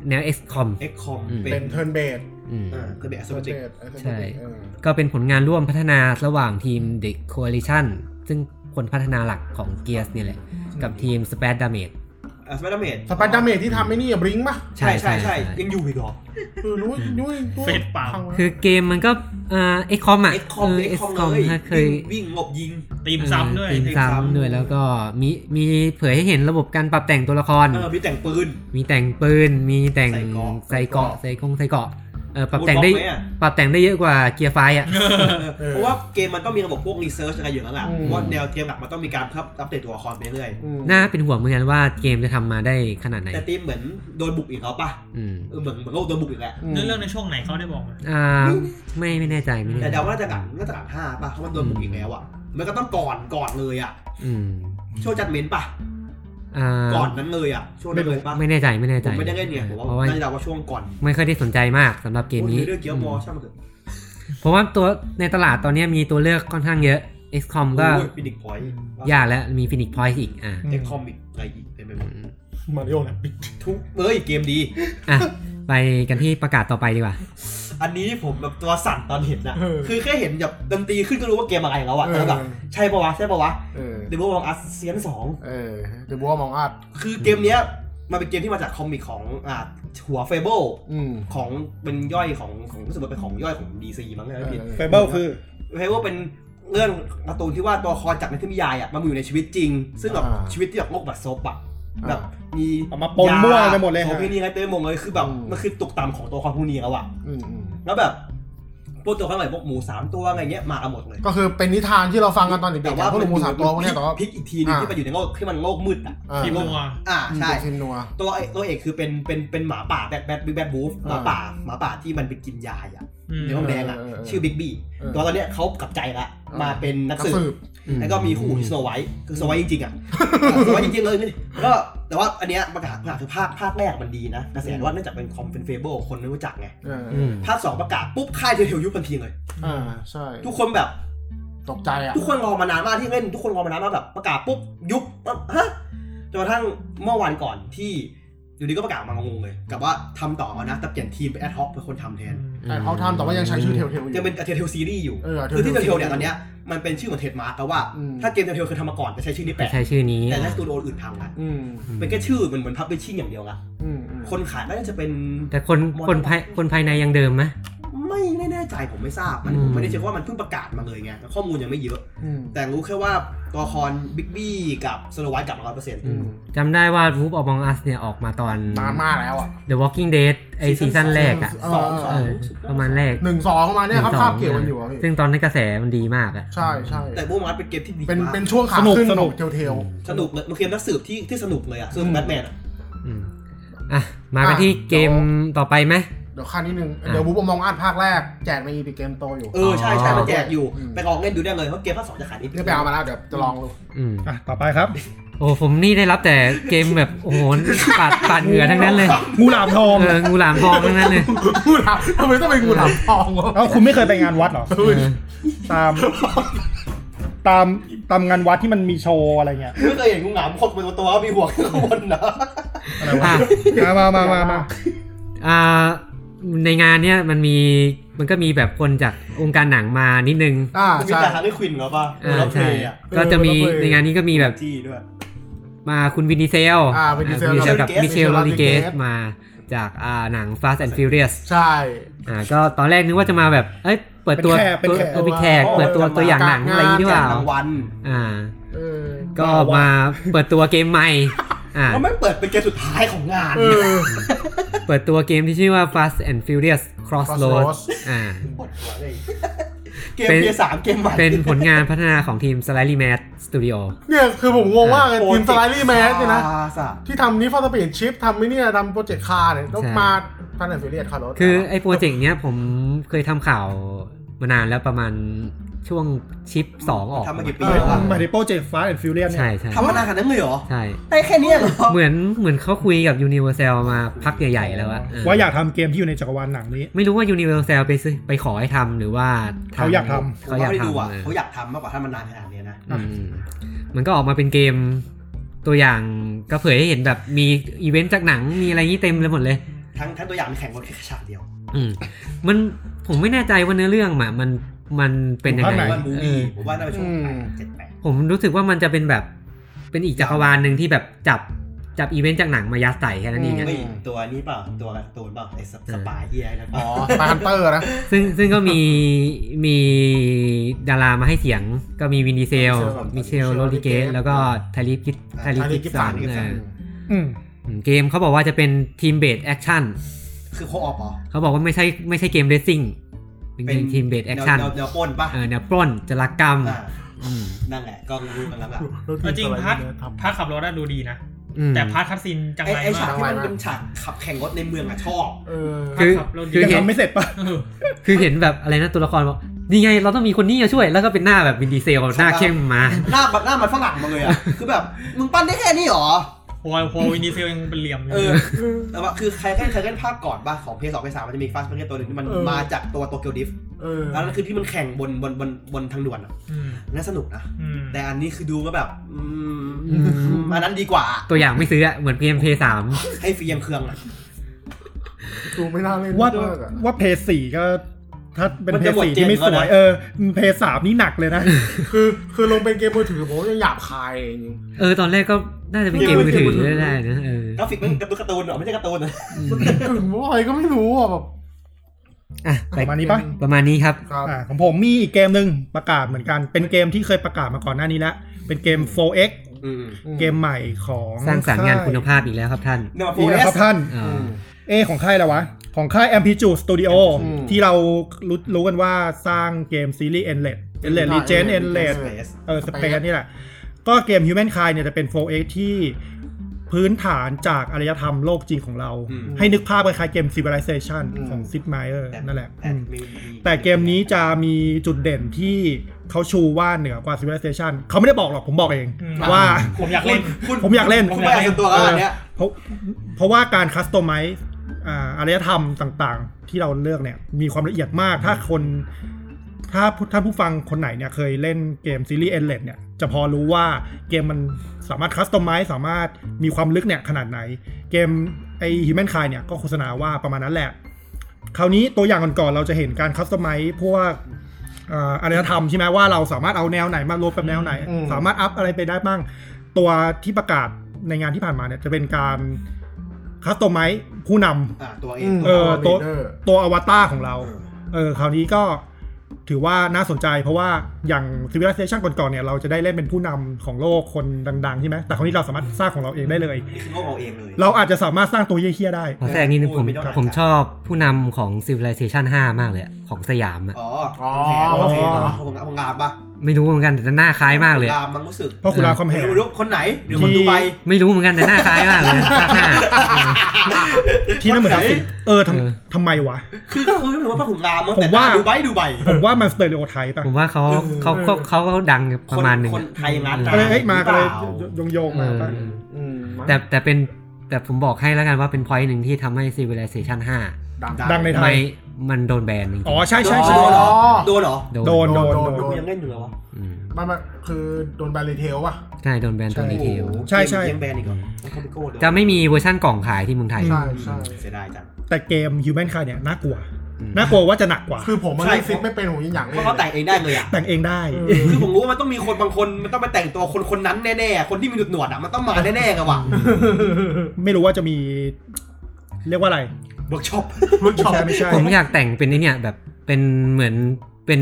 แนว XCOM
เอ็กคอม
อืม
เป็
เป็น นเทิร์นเบด
อืม
อ่าเป็นแบบโซ
เทิร์น
จิก
เบด
ใช่ ก็เป็นผลงานร่วมพัฒนาระหว่างทีม The Coalition ซึ่งคนพัฒนาหลักของ Gears เนี่ยแหละ กับทีม Space Damage
อ่าสไปเดอร์แมน
สไปเดอร์เมดที่ทำไอ้นี่บลิงก์ปะ
ใช่ใช่ใช่ยังอยู่อีกเหรอ
คือรู้รู้รู้
เฟดเปล่า
ทางวะ
คือเกมมันก็เอ่อ XCOM อ่ะ
เอ็กคอ
เอ
ม
อ
เอ็กคอม
XCOM
เลย
ถ้าเคย
วิ่งวิ่งหลบยิง
ตีมซ้ำด้วย
เออตีมซ้ำด้วยแล้วก็มีมีเผยให้เห็นระบบการปรับแต่งตัวละคร
เออมีแต่งปืน
มีแต่งปืน มีแต่ง
ใส่เกราะ
ใส่เกราะใส่กงใส่เกราะเออปรับ
วูด
แต่งได้
บล็อกหมอะ
ปรับแต่งได้เยอะกว่าเกียร์ไฟอ่ะ
เออเพราะว่าเกมมันต้องมีระบบพวกรีเสิร์ชอะไรอยู่แล้วแหละ
อืม
ว่าแนวเกมหลักมันต้องมีการครับอัปเดตตัวละครไปเรื่อย
อืม
น่าเป็นห่วงเหมือนกันว่าเกมจะทำมาได้ขนาดไหน
แต่ทีมเหมือนโดนบุกอีกแล้วป่ะ
อืม
เออเหมือนเหมือนโลกโดนบุกอีกแล้ว
เนื้อเรื่องในช่วงไหนเขาได้บอกไหม
อ่าไม่ไม่แน่ใจไม่
แต่
แน่ใจ
เดาว่าน่าจะหลังน่าจะหลังห้าป่ะเพราะมันโดนบุกอีกแล้วอ่ะมันก็ต้องก่อนก่อนเลยอ่ะ
อืม
ช่วงจัดเมนป่ะ
อ่า
ก่อนนั้นเลยอ่ะช่วงนั้นเลยป่ะ
ไม่แน่ใจไม่แน่
ผ
ใจ
มไม่ได้เล่นเนี่ยผม
เพราะ
ว่า
ว่า
น่าจะเดาว่าช่วงก่อน
ไม่ค่อยได้สนใจมากสำหรับเกมนี้
พูดถึงเรื่องเกียร์บอลใช่ไหมนเถอะ
เพราะว่าตัวในตลาดตอนนี้มีตัวเลือกค่อนข้างเยอะ XCOM ก็
ฟินิกพอยต์
ยากแล้วมี Phoenix Point อีกอ่า
เอ็กคอมอีกอะไรอีกเต็มไปหมด
มาริโอแลบบิท
ทุกเอ้ยเกมดี
อ่ะไปกันที่ประกาศต่อไปดีกว่า
อันนี้ผมแบบตัวสั่นตอนเห็นนะ
เออ
คือแค่เห็นแบบดนตรีขึ้นก็รู้ว่าเกมอะไรแล้วอะ
เออ
แต่แบบใช่ปะวะใช่ปะวะ
เออ
เดบิวต์ของอาเซียนสอง
เออเดบัวมองอัด
คือเกมเนี้ยมันเป็นเกมที่มาจากคอมิกของอ่าหัวเฟเบิล
อืม
ของเป็นย่อยของของรู้สึกว่าเป็นของย่อยของดีซีมั้งนะพี่
เฟเบิลคือ
เฟเบิลเป็นเรื่องการ์ตูนที่ว่าตัวละครจากในที่นิยายอะมันมาอยู่ในชีวิตจริง ซึ่งแบบชีวิตที่แบบโลกแบบโซปอะแบบมี
เอามาปนมั่วไปหมดเลยฮะ
ของพี่นี่อะไรเต็มไปหมดเลยคือแบบมันคือตกต่ำของตัวละครพวกนี้แล้วอะ
อืมอืม
แล้วแบบพวกตัวข้างหลังพวกหมูสามตัวอะไรเงี้ยมากันหมดเลย
ก็คือเป็นนิทานที่เราฟังกันตอนเด็กๆว่าพวกลุงมูสามตัวพวกเนี้ยแต่ว่า
พลิกอีกทีหนึง
อ่า
ที่มันอยู่ในโลกที่มันโลกมืดอ่ะ
อ่า
ที
ที่
มั
โลก
ว
อ่าใช่
ทีมนัว
ตัวเอกตัวเอกคือเป็นเป็นเป็นหมาป่าแบทแบทบิ๊กแบทบูฟหมา
อ่า
ป่าหมาป่าที่มันไปกินยายอ่ะ
อืม
ในห้องแดงอ่ะ
เออเออเออ
ชื่อบิ๊กบี้
เออ
ตัวตอนเนี้ยเขากลับใจละ
อ่าม
มาเป็นนัก
กระ
สื
สื
บบ
อืม
แล้วก็มีคู่ที่สโนไวท์คือสโนไวท์จริงๆอ่ะสโนไวท์จริงๆเลยนี่ก็แต่ว่าอันเนี้ยประกาศประกาศคือภาคภาคแรกมันดีนะกระแสว่าเนื่องจากเป็นคอมเป็นเฟเบิลคนไม่รู้จักไง
เออ
อืม
ภาคสองประกาศปุ๊บค่ายเทลยุบทันทีเลย
อ่าใช่
ทุกคนแบบ
ตกใจอ่ะ
ทุกคนรอมานานมากที่เล่น ทุกคนรอมานานมากแบบประกาศปุ๊บยุบปั๊บฮะจนกระทั่งเมื่อวันก่อนที่อยู่ดีก็ประกาศมางงเลยกับว่าทำต่อมานะ แต่เปลี่ยนทีมเป็นแอดฮอกเป็นคนทำแทน
แต่เขาทำแต่ว่ายังใช้ชื่อเทลเทลอยู่
ยังเป็นเทเทลซีรีส์อยู่
เออ Telltale
คือที่เทเทลเนี่ยตอนเนี้ยมันเป็นชื่อเหมือนเทดมาร์กแต่ว่า
อืม
ถ้าเกมเทเทลเคยทำมาก่อนจะใช้ชื่อนี้แปะ
ใช้ชื่อนี้
แต่ถ้าสตูดิโออื่นทำนะ
อืม
เป็นแค่ชื่อเหมือนเหมือนพับลิชชิ่งอย่างเดียวละ
อืมอืม
คนขายก็น่าจะเป็น
แต่คนคนภายคนภายในยังเดิมไหม
ไม่แน่ใจผมไม่ทราบมัน
อืม
ผมไม่ได้เช็คว่ามันเพิ่งประกาศมาเลยไงข้อมูลยังไม่เยอะ
อืม
แต่รู้แค่ว่าตัวละครบิ๊กบี้กับสโนไวท์กลับมาร้อยเปอร์เซ็นต์
อืม
จำได้ว่า w o o p Among Us เนี่ยออกมาตอน
นานมากแล้วอ่ะ
The Walking Dead ไอ
ซี
ซี
ซั่
ซั่
น
นแรกอ่ะ
สองสอง
เออประมาณแรก
หนึ่งสองประมาณเนี้ยครับ
หงส
ภาง พเกี่ยวกันอยู่อะพี่
ซึ่งตอนนั้นกระแสมันดีมากอ่ะ
ใช่ใช่
แต่บูมัสเป็นเกมที่ดี
เป็น
มาก
เป็นช่วงขา
สนุก
ขึ้น
สนุ
ขอก งเทลเทล
สนุกเลยมันเกมนักสืบที่ที่สนุกเลยอ่ะซึ่ง
อืม
แบทแมนอะ
อืมอ่ะ มากัน
อ่ะ
ที่เกม
เดี๋ยว
ต่อไปไหม
เดี๋ยวค่านิดนึง
อ่ะ
เดี๋ยวบุ๊บมองอัดภาคแรกแจกในอีพีเกมโตอยู่
เออใช่ใช่
อ๋อ
มันแจกอยู่
อืม
ไปลองเล่นดูได้เลยเพราะเกมภาคสองจะขายอีก
นี่ไปเอามาแล้วเดี๋ยวจะลองดู
อืม
อ่ะต่อไปครับ
โอ้ผมนี่ได้รับแต่เกมแบบ โอ้โหปาดปาดเหงื่อทั้งนั้นเลย
งูหลามทอง
เอองูหลามทองทั้งนั้นเลย
งูหลามทำไมต้องเป็นงูหลามทองวะ
เอ้าคุณไม่เคยไปงานวัดเหรอ
เออ
ตาม ตามตามงานวัดที่มันมีโชว์อะไรเงี้ย
ไม่เคยเห็นงูหงามขดบนตัวว่ามีหัวข้างบนนะ
อ่ะ
มามามามามา
อ่าในงานเนี่ยมันมีมันก็มีแบบคนจากองค์การหนังมานิดนึง
อ่า
มี
ใช่
แต่ฮันนี่ควินเหรอป่ะ
อ่า
แล้วเพล
ใช่
ย์อ่ะ
ก็จะมี
เออ
ในงานนี้ก็มีแบบ
จี้ด้วย
มาคุณวินดีเซล
อ่า Vin Diesel
อ่า Vin Diesel กับมิเชล
Michelle
โรดิเกส
Rodriguez
มาจากอ่าหนัง Fast and Furious
ใช่
อ่าก็ตอนแรกนึกว่าจะมาแบบ เอ้ยเปิดตัว
เป็นแขก
เออเป็นแขกเปิดตัว
จะมา
ตัวอย่างหนังอะไรนี่หรือเป
แจ
ล่าร
กางวัล
อ่า
เออ
ก็มาเปิดตัวเกมใหม่อ่า
แล้วไม่งเปิดเป็นเกมสุดท้ายของงาน
เออ
เปิดตัวเกมที่ชื่อว่า Fast and Furious Crossroads
Crossroads
อ่า
ปวดหัวเลยเกม
เป็น
เพียสามเกมใหม่
เป็นผลงานพัฒนาของทีม s l i l y m a t Studio
เนี่ยคือผมงงว่าไงทีมสไลด์ลี่แมสเนี่ยนะ
Project Cars
ที่ทำนี้ฟอร์สปีดชิปทำไม่เนี่ยทำโปรเจกต์คาร์เนี่ยต้องมาท่านแอนฟิเลียสคาร์รถ
คือไอ้โปรเจกต์เนี้ยผมเคยทำข่าวมานานแล้วประมาณ ช่วงชิป 2 ออก
ทำมากี่ปี
เออ
แล้วอะ
มาริโปเจฟฟ้าแอนฟิวเลียนเนี่
ใช่
ย
ใช่
ทำมานานขนาดนั้นเลยเหรอ
ใช่
ได้แค่เนี้ยเหรอ
เหมือนเหมือนเขาคุยกับ Universal มาพักใหญ่ ๆ แล้วอะเ
ว่าอยากทำเกมที่อยู่ในจักรวาลหนังนี้
ไม่รู้ว่า Universal ไปซื้อไปขอให้ทำหรือว่าท
เขาอยากท
ผม
เขา
ว่าย
อาก
ไม่ดู
ทำ
อ่ะ
เออ
เขาอยากทำมากกว่าถ้ามันนานขนาดเนี้ยนะ
อืมมันก็ออกมาเป็นเกมตัวอย่างก็เผยให้เห็นแบบมีอีเวนต์จากหนังมีอะไรนี้เต็มเลยหมดเลย
ทั้งทั้งตัวอย่างมันแข่งกันแค่ฉากเดียว
อืมมันผมไม่แน่ใจว่าเนื้อเรื่องอะมันมันเป็นยัง
ภาคไห
ไง
น
ว่ามู
เอ
วี่
อ
ผมว่าน่าจะช่วง
อืม
เจ็ดแปด
ผมรู้สึกว่ามันจะเป็นแบบเป็นอีกจักรวาลหนึ่งที่แบบจับจับอีเวนต์จากหนังมายัดใส่แค่นั้นเองอะ
ไม่ตัวนี้เปล่าตัวการ์ตูนเปล่าไอ้สสปายเฮียนั่นเป
อ๋อ
ล่า
มาฮันเตอร์นะ
ซึ่งซึ่งก็มีมีดารามาให้เสียงก็มีวินดีเซล มิเชลโรดิเกสแล้วก็ไทลิปกิตไทลิปกิตสันเออ
อืม
อืมเกมเขาบอกว่าจะเป็นทีมเบสแอคชั่น
คือโคออปเหรอ
เขาบอกว่าไม่ใช่ไม่ใช่เกมเรซซิ่งเป็นทีมเบสแอคชั่น
แนวแนวปล้นปะ
เออแนวปล้นจรากรรม
อ่า
อืม
นั่นแหละก็รู้กันแล้วล่ะ
เอาจริงพาร์ทพาร์ทขับรถน่ะดูดีนะ
อืม
แต่พาร์ทคัดซีนจัง
ไอ้
ไร
ไอ้
มา
ฉาก
ก
ที่มัน
มาก
เป็นฉากขับแข่งรถในเมืองอะชอบ
เออ
คือ
ขับรถดี
คือ
ยัง
เห็น
ทำไม่เสร็จปะ
เออ
คือเห็นแบบอะไรนะตัวละครบอกนี่ไงเราต้องมีคนนี้มาช่วย แล้วก็เป็นหน้าแบบวินดีเซลหน้าเข้มมา
หน้าแบบหน้ามันฝรั่งมาเลยอะคือแบบมึงปั้นได้แค่นี้เหรอ
พอพอวินดีเซลยังเป็นเหลี่ยมอยู่
เออ แต่ว่าคือใครเล่นใครเล่นภาคก่อนป่ะของเพย์สองเพย์สามมันจะมีฟาสต์เพย์ตัวหนึ่งที่มัน
เออ
มาจากตัวโตเกียวดิฟ
เออ
อันนั้นคือที่มันแข่งบนบนบนบนทางด่วนอะ
ม
น่าสนุกนะ
อืม
แต่อันนี้คือดูก็แบบอืม
อืม
อันนั้นดีกว่า
ตัวอย่างไม่ซื้ออะเหมือนเกมเพย์สาม
ให้ฟรียังเครื่องอะ
ดูไม่น่าเล่น
ว่า
เลิกอะ
ว่าเพย์สี่ก็ ถ้าเป็นเพย์สี่ที่ไม่สวย เออเพย์สามนี่หนัก เลยนะ
คือคือลงเป็นเกมมือถือผมยังหยาบคายจริง
เออตอนแรกก็น่าจะเป็นเกมมือถือได้นะเออก
ราฟิกมันการ์ตูนการ์ตูนเหรอไม่ใช่การ์ตูนเหรอ
มันกึ่งกึ่งว่าอะไรก็ไม่รู้อ่ะแบบ
อ่ะไป
ประมาณนี้ปะ
ประมาณนี้ครับ
ครับ
อ่าของผมมีอีกเกมหนึ่งประกาศเหมือนกัน เป็นเกมที่เคยประกาศมาก่อนหน้านี้แล้ว เป็นเกม 4x
อืม
เกมใหม่ของ
สร้างสรรค์งานคุณภาพอีกแล้วครับท่าน
เนี่ยมาโฟ
นี่
เอ
นะค
ส
รับท่าน
อ่า
เอของค่ายแล้ววะ ของค่าย m p j u Studio ที่เรารู้รู้กันว่าสร้างเกมซีรีส์ Endless Endless Legend Endless เออสเปซนี่แหละ ก็เกม Human Kind เนี่ยจะเป็น 4X ที่พื้นฐานจากอารยธรรมโลกจริงของเรา ให้นึกภาพคล้ายๆเกม Civilization ของ Sid Meier นั่นแหละ แต่เกมนี้จะมีจุดเด่นที่เขาชูว่าเหนือกว่า Civilization เขาไม่ได้บอกหรอกผมบอกเองว่า
ผมอยากเล่น
คุณ
ผมอยากเล่น
คุณไม่อยากเล่นตัวแล้วอันเนี้ย
เพราะเพราะว่าการคัสตอมไมซ์อารยธรรมต่างๆ ที่เราเลือกเนี่ยมีความละเอียดมากถ้าคน ถ้าท่านผู้ฟังคนไหนเนี่ยเคยเล่นเกมซีรีส์เอ็นเลเนี่ยจะพอรู้ว่าเกมมันสามารถคัสตอมไมซ์สามารถมีความลึกเนี่ยขนาดไหน เกมไอฮิวแมนคายเนี่ยก็โฆษณาว่าประมาณนั้นแหละ คราวนี้ตัวอย่างก่อนๆเราจะเห็นการคัสตอมไมซ์พวกเอ่ออารยธรรมใช่ไหมว่าเราสามารถเอาแนวไหนมารวมกับแนวไหน สามารถอัพอะไรไปได้บ้าง ตัวที่ประกาศในงานที่ผ่านมาเนี่ยจะเป็นการคัสตอมไมซ์ผู้นำ
อ่าตัวเอง
เออตัว
เดอร์
ตัวอวตารของเรา เออคราวนี้ก็ถือว่าน่าสนใจเพราะว่าอย่าง Civilization ก่อนๆเนี่ยเราจะได้เล่นเป็นผู้นำของโลกคนดังๆใช่ไหมแต่คราวนี้เราสามารถสร้างของเราเองได้เลย
นี่คือเขาเอาเองเลย
เราอาจจะสามารถสร้างตัวเฮี้ยๆได้
ขอแทรกนิดนึงผม
ไม่ต้อง
ผมชอบผู้นำของ Civilization 5 มากเลยอะของสยามอะ
อ๋อ
อ๋อ
โอเคโอเคผมผมงามปะ
ไม่รู้เหมือนกันแต่หน้าคล้ายมากเลย
งา
อะ
มมันรู้สึก
เพราะคุณรามคำแหง
ไม่รู้คนไหนหรือคนดูไป
ไม่รู้เหมือนกันแต่หน้าคล้ายมากเลยภาคห้า
ที่นั่นเหมือนกันสิเออท
เออ
ำทำไมวะ
คือก็คือไม่รู้ว่าพระขุนรามมั้ง
ผม
แต่
ว่า
ดูใบดูใบ
ผมว่ามันสเตอริโอไทป์อะ
ผมว่าเขาเขาเขาเขาก็ดังประมาณหนึ่ง
คนคนไทยรัฐ
ก็
อะ
เลยเอ้ยมาก็เลย
เปล่า
โยงๆมาปะ
อืมมั้ง
แต่แต่เป็นแต่ผมบอกให้แล้วกันว่าเป็น point หนึ่งที่ทำให้ Civilization 5
ดัง
ดังในไท
ไม่
ย
มันโดนแบนจริงๆ
อ๋อใช่ใช่ใช่
โดนเหรอ
อ๋อ
โดนเหรอ
โด
โด
น
นโดนโดน
โดน
กูยังเล่นอยู่เลยวะ
อืม
มันมันคือโดนแบรนด์รีเทลป่ะ
ใช่โดนแบนตัวดีเทล
โอ้โห
ใช่ใช่
เกมแบนอีกเหรอเขาไปโก้เดี๋ยว
จะไม่มีเวอร์ชั่นกล่องขายที่เมืองไทย
ใช่ใช่
เสียดายจัง
แต่เกม Human Kind เนี่ยน่ากลัว
อืม
น่ากลัวว่าจะหนักกว่า
คือผมมัน
ใช่
เล่นซิกไม่เป็นผมยังอยาก
เพ
เล่น
ราะเขาแต่งเองได้เลยอ่ะ
แต่งเองได้
เออ
คือผมรู้ว่ามันต้องมีคนบางคนมันต้องไปแต่งตัวคนคนนั้นแน่ๆ คนที่มีหนวดหนวดๆอ่ะมันต้องมาแน่ๆกันว่ะ
ไม่รู้ว่าจะมี เรียกว่าอะไร
เบิร์กช็อป
มึงชอบ
ใช่ไม่ใช่
ผมอยากแต่งเป็นไอเนี่ยแบบเป็นเหมือนเป็น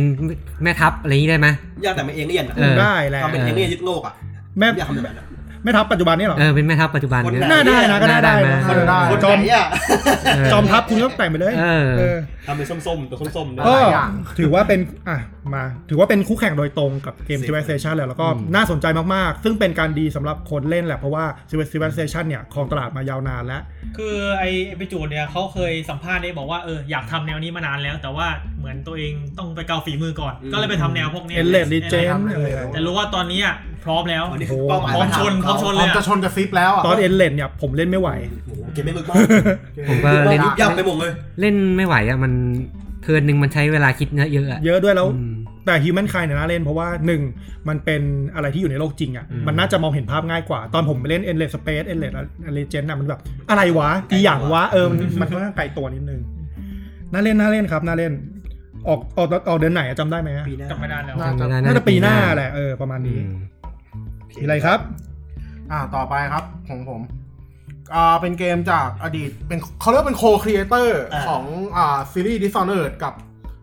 แม่ทัพอะไรอย่างนี้ได้ไหม
อยากแต่งเป็นเองเลียนอะ
เออ
ได้แหละ
ทำเป็นเองเลียนยึดโลกอ่ะ
แม่
อยากทำแบบนั้นอะ
ไม่ทับปัจจุบันนี่หรอ
เออเป็นแม่ทัพปัจจุบันเนี่ย
คนไห
น่าได้นะก็น่าได้
น่าได้
นะ
นะ
เออ
ได้
คน
จอม
ไหนอ่ะ
เออ
จอมทัพคุณก็แต่งไปเลย
เออ
เออ
ทำเป็นส้มๆตัวส้มๆนะ
ก็
หลายอย่าง
ถือว่าเป็นอ่ะมาถือว่าเป็นคู่แข่งโดยตรงกับเกม
Civ
Civilization แหละแล้วก็
อืม
น่าสนใจมาก ๆ ซึ่งเป็นการดีสำหรับคนเล่นแหละ เพราะว่า Civilization เนี่ยครองตลาดมายาวนานและ
คือไอ้ไอปิจูดเนี่ยเขาเคยสัมภาษณ์ได้บอกว่าเอออยากทำแนวนี้มานานแล้ว แต่ว่าเหมือนตัวเองต้องไปเกาฝีมือก่อน
อืม
ก็เลยไปทำแนวพวกเนี้ย
Endless Legend
ได้ทำ
อะไร
เลย
แต่รู้ว่าตอนนี้อะพร้อมแล้ว
อันนี้คือเป้าหมาย
พร้อมชน
ปัญ
พร้
หา
อมชน
พร้อมจะชนกับซิปแล้วอ่ะ
ตอน Endless เนี่ยผมเล่นไม่ไหว
โอ้โหเก็บไม่มึกมาก
ผมก็เล่น
ยุบยับไปหมดเลย
เล่นไม่ไหวอ่ะมันเทิร์นหนึ่งมันใช้เวลาคิดเยอะเยอะอ่ะ
เยอะด้วยแล้ว
อืม
แต่ Human Kind เนี่ยน่าเล่นเพราะว่า 1 มันเป็นอะไรที่อยู่ในโลกจริงอ่ะ
อืม
มันน่าจะมองเห็นภาพง่ายกว่า ตอนผมไปเล่น Endless Space Endless Legend อ่ะมันแบบอะไรวะอีอย่างวะเออมันมันค่อนข้างไกลตัวนิดนึงน่าเล่นน่าเล่นครับน่าเล่นออกออกออกเดือนไหนอะจำได้ไหมอะ
ปีหน้า
จำไม่ได้แล้ว
จำไม่ได้
น่าจะปีหน้าแหละเออประมาณ
อื
นี้
ม
มีอะไรครับ
อ่าต่อไปครับของผมอ่าเป็นเกมจากอดีตเป็นเขาเรียกว่าเป็นโคครีเอเตอร์ของอ่าซีรีส์ Dishonored กับ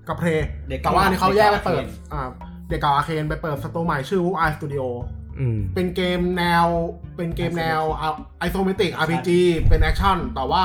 กับเพล
เด็กเก่า
แต่ว่าอันนี้เขาแยกไปเปิด
เด็กเก่า
อ่าเด็กเก่าอาเคนไปเปิดสตูใหม่ชื่อ Wolf Eye Studio
อืม
เป็นเกมแนวเป็นเกมแนวไอโซเมติก RPG เป็นแอคชั่น แต่ว่า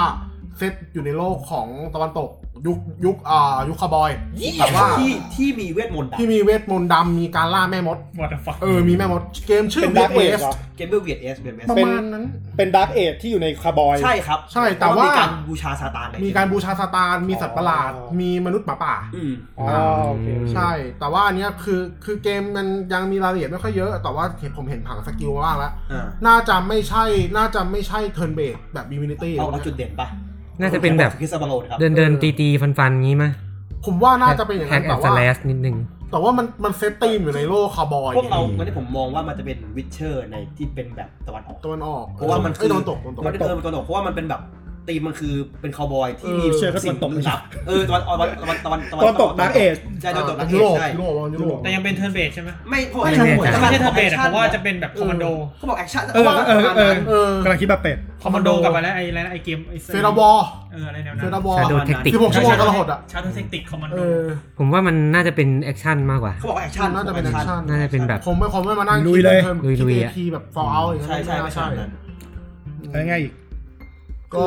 เซตอยู่ในโลกของตะวันตกยุคยุคอ่ายุคคาร์บอย แต่ว่า
ที่ที่มีเวทมนต์อะ
ที่มีเวทมนต์ดำมีการล่าแม่มด
what the fuck
เออ มีแม่มด เกมชื่อ
เป็น
Black
Dark
w a
Age
s
เหรอ
เกมเบอร์เวียดเอสเวียดเอส
ประมาณนั้น
เป็นดาร์กเอ e ที่อยู่ในคาร์บอย
ใช่ครับ
ใช่แต่ว่า
มีการบูชาซาตานใน
มีการบูชาซาตาน มีสัตว์ประหลาด
อ๋อ
มีมนุษย์หมาป่า
อืม
อ๋อโอเค
อืม
ใช่ แต่ว่าอันเนี้ยคือคือเกมมันยังมีรายละเอียดไม่ค่อยเยอะ แต่ว่าเห็นผมเห็นผังสกิลบ้างแล้ว
อ่า
น่าจะไม่ใช่ น่าจะไม่ใช่เทิร์นเบสแบบดิวินิตี้
เอาเอาจุดเด่นปะ
น่าจะเป็นแบบ
คริสซาบาโลนะครับ
เดินเดินตีตีฟันฟันงี้มั้ย
ผมว่าน่าจะเป็นอย่าง
แฮ
นั้
ก
น
แอ
แต่
ดส
ว่า
แลสนิดนึง
แต่ว่ามันมันเซตตีมอยู่ในโลกคาร์บอย
พวกเราวันนี้ผมมองว่ามันจะเป็นวิ t เชอร์ในที่เป็นแบบตะวันออก
ตะวันออก
เพราะว่ามัน
เอ้ยโดนตกโดนตก
มันเออมันตะวันตกเพราะว่ามันเป็นแบบตีมมันคือเป็นคาวบอยที่มี
เออเชื่อก็ตะวันตก
สิ่งลึลับเออตะวันตะวันตะวันตะวัน
ตะวันตก Dark Age
ใช่ตะวันตก
อ่า
Dark
ยุโรป
Age ใช่
ยุโรปยุโรป
แต่ยังเป็นเทิร์นเบสใช่ไหม
ไม่เพราะ
ไม่ใช่หมด
ถ้าไม่ใช่เทิร์นเบส
แอคชั่
ผมว่าจะเป็นแบบคอมมานโด
เขาบอกแอคชั่น
เออเออเออ
เออ
กำลังคิดแบบเป็ด
คอมมานโดกลับมาแล้วไอ้อะไรนะไอ้เกมไอ้
เฟดาวอล
เอออะไรแนว
เฟ
นั้น
ดาวอล
Shadow Tactics
16ชั่วโมงกระหดอ่ะ
ชาร์ทเทคนิคคอมมาน
เอ
โด
อ
ผมว่ามันน่าจะเป็นแอคชั่นมากกว่า
เขาบอกว่าแอคชั่น
น่าจะเป็นแอคชั่น
น่าจะเป็นแบบ
ผมไม่ผมไม่มานั่ง
ลุยเลย
ลุยๆ
คิด
อะ
ทีแบบ f a l l out อย่าง
ใช่
นั้น
ใช่ไม่ใช่แบบนั้น
อะไรง่ายอีก
ก็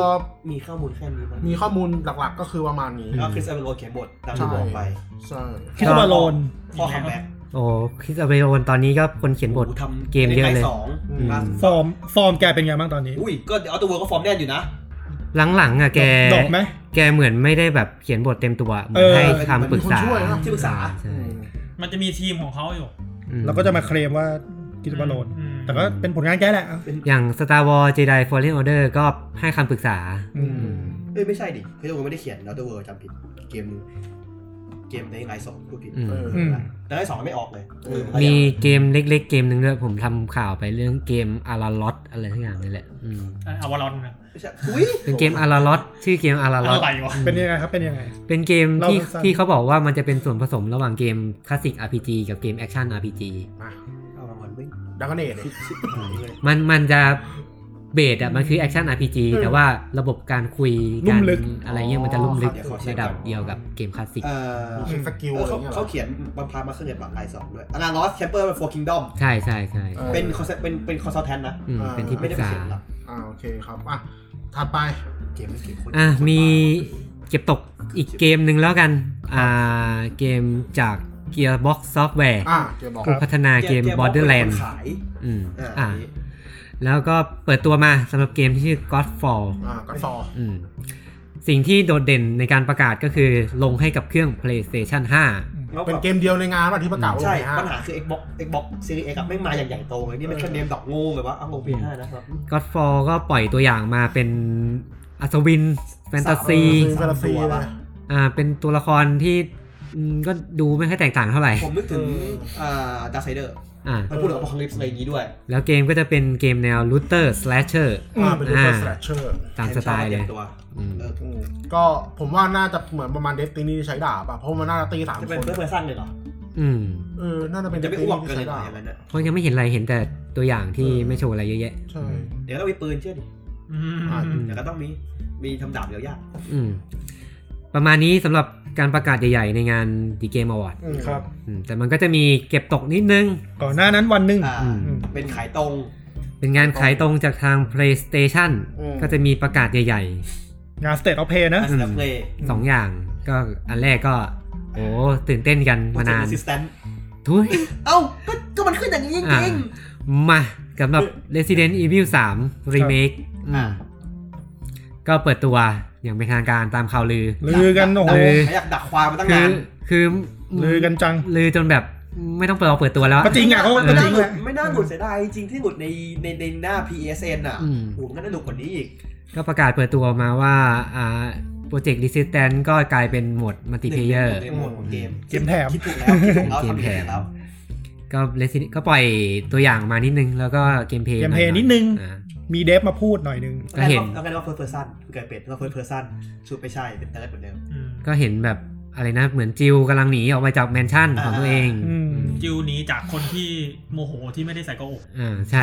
มีข้อมูลแค่นี้มัน
มีข้อมูลหลักๆก็คือประมาณนี้
ก็คริสซาบาโลเขียนบทตามที่บอกไป
ใช่
คิดว่าโลน
ข้อคัมแบ็ก
โอ้คริสอเวโอนตอนนี้ก็คนเขียนบท
ทำ
เกมเยอะเลย
สอง
อืม
ล่าสุด
ฟอร์ม ฟอร์มแกเป็นไงบ้างตอนนี้
อุ้ยก็เดี๋ยวเอาตัวเวิร์ก็ฟอร์มแน่นอยู่นะ
หลังๆอ่ะแก
ดรอปไหม
แกเหมือนไม่ได้แบบเขียนบทเต็มตัวเหมือ
เอน อ
ให้คำปรึกษา
มีคนช่วยนะ
ที่ปรึกษา
ใช่
มันจะมีทีมของเขาอยู่
อืม
แล้วก็จะมาเคลมว่าคิดว่าโลน
อืม
แต่ก็เป็นผลงานแกแหละ
อย่าง Star Wars Jedi Fallen Order ก็ให้คำปรึกษา
อืม
อืม
เอ้ยไม่ใช่ดิพี่โอไม่ได้เขียนแล้วตัวเวอร์จำผิดเกมเกมในไลน์สองพูดผิด
อืม
เออ
อืม
แต่ไลน์สองไม่ออกเลยเออ
มีเกมเล็กๆ เกมหนึ่งด้วย ผมทำข่าวไปเรื่องเกมอาราลอตอะไรทั้งอย่างนี่แหละอืม
อวารอนนะ
ไม่ใช่อุ้ย
เป็นเกมอาราลอตชื่อเกมอาราลอต
อะไรวะ
เป็นยังไงครับ เป็นยังไง
เป็นเกมที่
เล่าสั้นๆ
ที่เขาบอกว่ามันจะเป็นส่วนผสมระหว่างเกมคลาสสิก RPG กับเกมแอคชั่น RPG
เอารางวัลไม่
ดังกันเนต
ชิบชิบหายเลย
มันมันจะเบสอะมันคือแอคชั่น RPG แต่ว่าระบบการคุย
ลุ่
การ
มลึก
อะไรเงี้ยมันจะลุ่มลึกระดับเดียวกับเกมคลาสสิก
เออ
เช็คสกิล
เออ
อะไร
เขา
เงี้ยหร
เขา
อ
เขียนบังพามาเครื่องเขียนบังไลน์สองด้วยอนาลอสแคมเปอร์เป็นโฟร์คิงดอม
ใช่ใช่ใช่
เออ
เป็นคอนเซ็ปต์เป็นเป็นคอนซัลแทนนะ
ม
อ่า
เป็นที่ป
ไม่
รึก
ได้เป็น
ษา
เขียนหลัก
อ่าโอเคครับ อ่ะ ถัดไป
เกมเขียนคน
อ่ะมีเก็บตกอีกเกมหนึ่งแล้วกันอ่าเกมจาก Gearbox Software
อ่าเจบอก
ผู้พัฒนาเกม Borderland
ขาย
อืม
อ่า
อ่า แล้วก็เปิดตัวมาสำหรับเกมที่ชื่อ Godfall
อ่าก็ซอ
อืมสิ่งที่โดดเด่นในการประกาศก็คือลงให้กับเครื่อง PlayStation 5
แล้ว
เป็น
แบบ
เกมเดียวในงานป่ะที่ประกาศว่า
ใช่
ลงห้า
ปัญหาคือ Xbox Xbox Series X กับไม่งมาอย่างใหญ่โตเลยนี่ไม่ใช่เนมดอกโง่เลยว่าเอาลงปีห้านะครับ
Godfall ก็ปล่อยตัวอย่างมาเป็นอัศวินแฟนตาซี
เออแฟนตาซีเลย
อ่า เป็นตัวละครที่อืมก็ดูไม่ค่อยแตกต่างเท่าไหร่
ผมนึกถึงดาร์ไซเดอร์
อ่า
มันพูดถึงอพอลิปส์อะไรอย่างนี้ด้วย
แล้วเกมก็จะเป็นเกมแนว looter slasher
อ่า เป็นลูกเตอร์
อ่า
สแลชเชอร์
ตามสไตล์เลย
ตัว
อืม
เออ
ก็ผมว่าน่าจะเหมือนประมาณเดสตินีที่ใช้ดาบอ่ะ เพราะมันน่าจะตีสาม
จะ
ค
เป็น
น
เพื่อเพอร์ซันเลยเหรอ
อืม
เออ น่าจะเป็น
จะไม่
Destiny
อ้วกเกิ
ที่
น
ใช้
หน่
ดา
อบ ยอะไรนะ
เพราะยังไม่เห็นอะไรเห็นแต่ตัวอย่างที่
เออ
ไม่โชว์อะไรเยอะแยะ
ใช่
เดี๋ยวเรามีปืนเชื่อดิ
อืม
อ่า
แต่ก็ต้องมีมีทำดาบเดี๋ยวยาก
อืม ประมาณนี้สำหรับการประกาศใหญ่ๆในงาน The Game Award
อืม
ครับ
อืมแต่มันก็จะมีเก็บตกนิดนึง
ก่อนหน้านั้นวันหนึ่ง
อ่า
อืม
เป็นขายตรง
เป็นงานขายตรงจากทาง PlayStation
อืม
ก็จะมีประกาศใหญ่
งานสเตทออฟเพย์นะ
Master Play
ๆสองอย่าง ก็อันแรกก็ โอ้ตื่นเต้นกันมานาน
Assistant
ทุย
เอ้าก็ก็มันขึ้นอย่างนี้จ
อ่า
ริง
มาสำหรับ Resident Evil 3 Remake
ๆอ่า
ก็เปิดตัวอย่างเป็นทางการตามข่าวลือ
ลือกันโอ้โห
ลือ
อยากดักความมาตั้ง
คื
นา
อน คือ
ลือกันจัง
ลือจนแบบไม่ต้องเปิดเอาเปิดตัวแล้วอะ
ก็จริงอ่ะเขา
มัน
ก็
ไม่
จ
น่า
ริง
หลุ
แหละ
ดไม่น่าหลุดเสียดายจริงๆที่หลุดในในในหน้า PSN อ่ะ
อืม
โอ้โหมันก็น่าหลุดกว่านี้อีก
ก็ประกาศเปิดตัวมาว่าอ่าโปรเจกต์ Resistance ก็กลายเป็นโหมดมัลติเพเยอร์
หนึ่งในหมวดของเกม
เกมแถม
คิดถูกแล้วคิดถูกแล้ว
เกม
ทำ
แถ
แถ
ม
มแล้ว
ก็เลสิก็ปล่อยตัวอย่างมานิดนึง แล้วก็เกมเพลย์
เกมเพลย์
หอๆ
นิดนึง
อ่า
มีเดฟมาพูดหน่อยนึง
ก็เห็น
แล้วกันว่าเฟิร์สเพอร์ซันเกิดเป็ดก็เฟิร์สเพอร์ซันชุดไม่ใช่เป็นเติร์ดเหมือนเดิม
อืม
ก็เห็นแบบอะไรนะ เหมือนจิวกำลังหนีออกไปจากแมนชั่นของตัวเอง
อืม
จิวหนีจากคนที่โมโหที่ไม่ได้ใส่เกระอก
อ่าใช่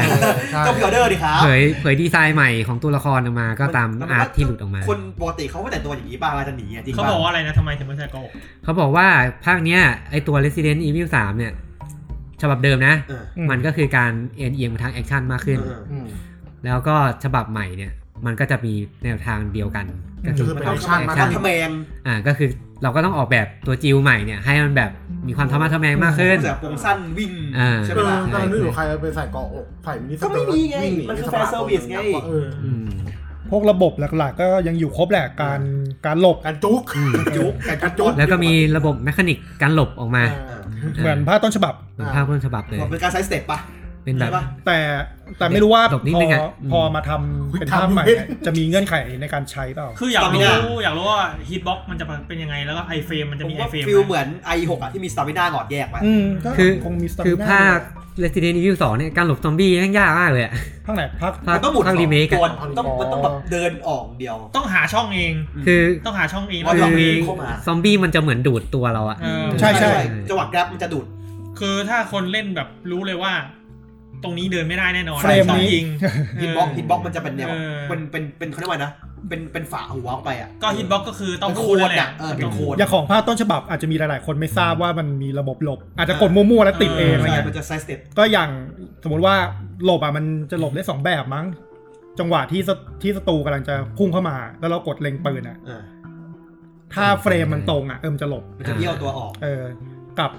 ใช่
ก็พิออเดอร์ดิครับ
เผยเผยดีไซน์ใหม่ของตัวละครออกมาก็ตาม
นน
อาร์ตที่หลุดออกมา
คนปกติเขาก็แต่งตัวอย่างนี้บ้างเวลาจะหนีอะจริง
เขา
ป่ะ
บอกว่าอะไรนะทำไมถึงไม่ใส่เกระอก
เขาบอกว่าภาคเนี้ยไอตัว Resident Evil 3 เนี่ย ฉบับเดิมนะ
เออ
อืม
มันก็คือการเอียงเอียงไปทางแอคชั่นมากขึ้น
เออ
อืม
แล้วก็ฉบับใหม่เนี่ย มันก็จะมีแนวทางเดียวกัน ก็
คือเป็นแอคชั่น
แอ
มา
ค
ทำ
ชั่น
เขมร
อ่าก็คือเราก็ต้องออกแบบตัวจิวใหม่เนี่ยให้มันแบบมีความทะมาทะแมงมากขึ้น
เสือโปรงสั้นวิ่ง
อ่า
ใช่ไห
เออ
มล่ะ
ตอนนั้นนึกอยู่ใครไปใส่เกาะอกใส่มินิสเตอร์
ก็ไม่มีไง
วิ่ห
มันคือ
สัตว์
fan service ไง
เออ
อืม
พวกระบบหลักๆ ก็ยังอยู่ครบแหละการการหลบ
การจุกการจุกการจุก
แล้วก็มีระบบแมคานิกการหลบออกมา
อ่า
เหมือนภาคต้นฉบับ
เหมือนภาพต้นฉบับเลย
บอกเป็นการไซส์สเต็ปป่ะ
เป็นแบบ
ใช่ป่ะ
แต่แต่ไม่รู้ว่า
หลบนิด
พอ
นึงอะอืม
พอมาทำเป็นภาพใหม่เนี่ยจะมีเงื่อนไขในการใช้เปล่า
คืออยากรู้อยากรู้ว่าฮิตบ็อกมันจะเป็นยังไงแล้วก็ไอเฟรมมันจะ
ผม
มีไอ
ว่า
เฟรม
ฟิลเหมือน i6 อ่ะที่มีสตาร์วิน่าหลอดแยกมา
อืมก็
คือ
คงมีสตอ
คือ
รี่หน้
ภาค Resident Evil 2 เนี่ย การหลบซอมบี้แม่งยากมากเลยอะ
ภาคไหนภาค
ภาค
มันต้องหมุนส
ภาค
อง
รีเมค
ตัว
อะ
ต้องมันต้องแบบเดินออกเดียว
ต้องหาช่องเอง
คือ
ต้องหาช่องเอง
ว่า
แล้ว
คื
ช่อ
เรา
ง
มี
เอง
เข้ามา
ซอมบี้มันจะเหมือนดูดตัวเราอะ
เออ
ใช่ใช่
จังหวะกราฟมันจะดูด
คือถ้าคนเล่นแบบรู้เลยว่า ตรงนี้เดินไม่ได้แน่นอน
เฟรม
ต้อง
นี้
ยิง
ฮิตบ็อกฮิตบ็อกมันจะเป็นแนว
เออ
เป็นเป็นเป็นเขาเรียกว่าไงนะ เป็นเป็นฝาหัวออกไปอ่ะ
ก็ฮิตบ็อกก็คือต้อง
เป็นโค
คู่
น
แหละ
อะเออเป็นโคน
อย่างของภาคต้นฉบับอาจจะมีหลายๆ คนไม่ทราบว่ามันมีระบบหลบ อาจจะกดมั่วๆแล้วติดเองอะไร
ใช่
เงี้ย
มันจะไซส์สเต็ป
ก็อย่างสมมติว่าหลบอ่ะมันจะหลบได้สองแบบมั้ง จังหวะที่สที่ศัตรูกำลังจะพุ่งเข้ามา แล้วเรากดเล็งปืนอ่ะ
เออ
ถ้าเฟรมมันตรงอ่ะเอิมนจะหลบ
มันจะเบี้ยวตัวออก
เออ กับ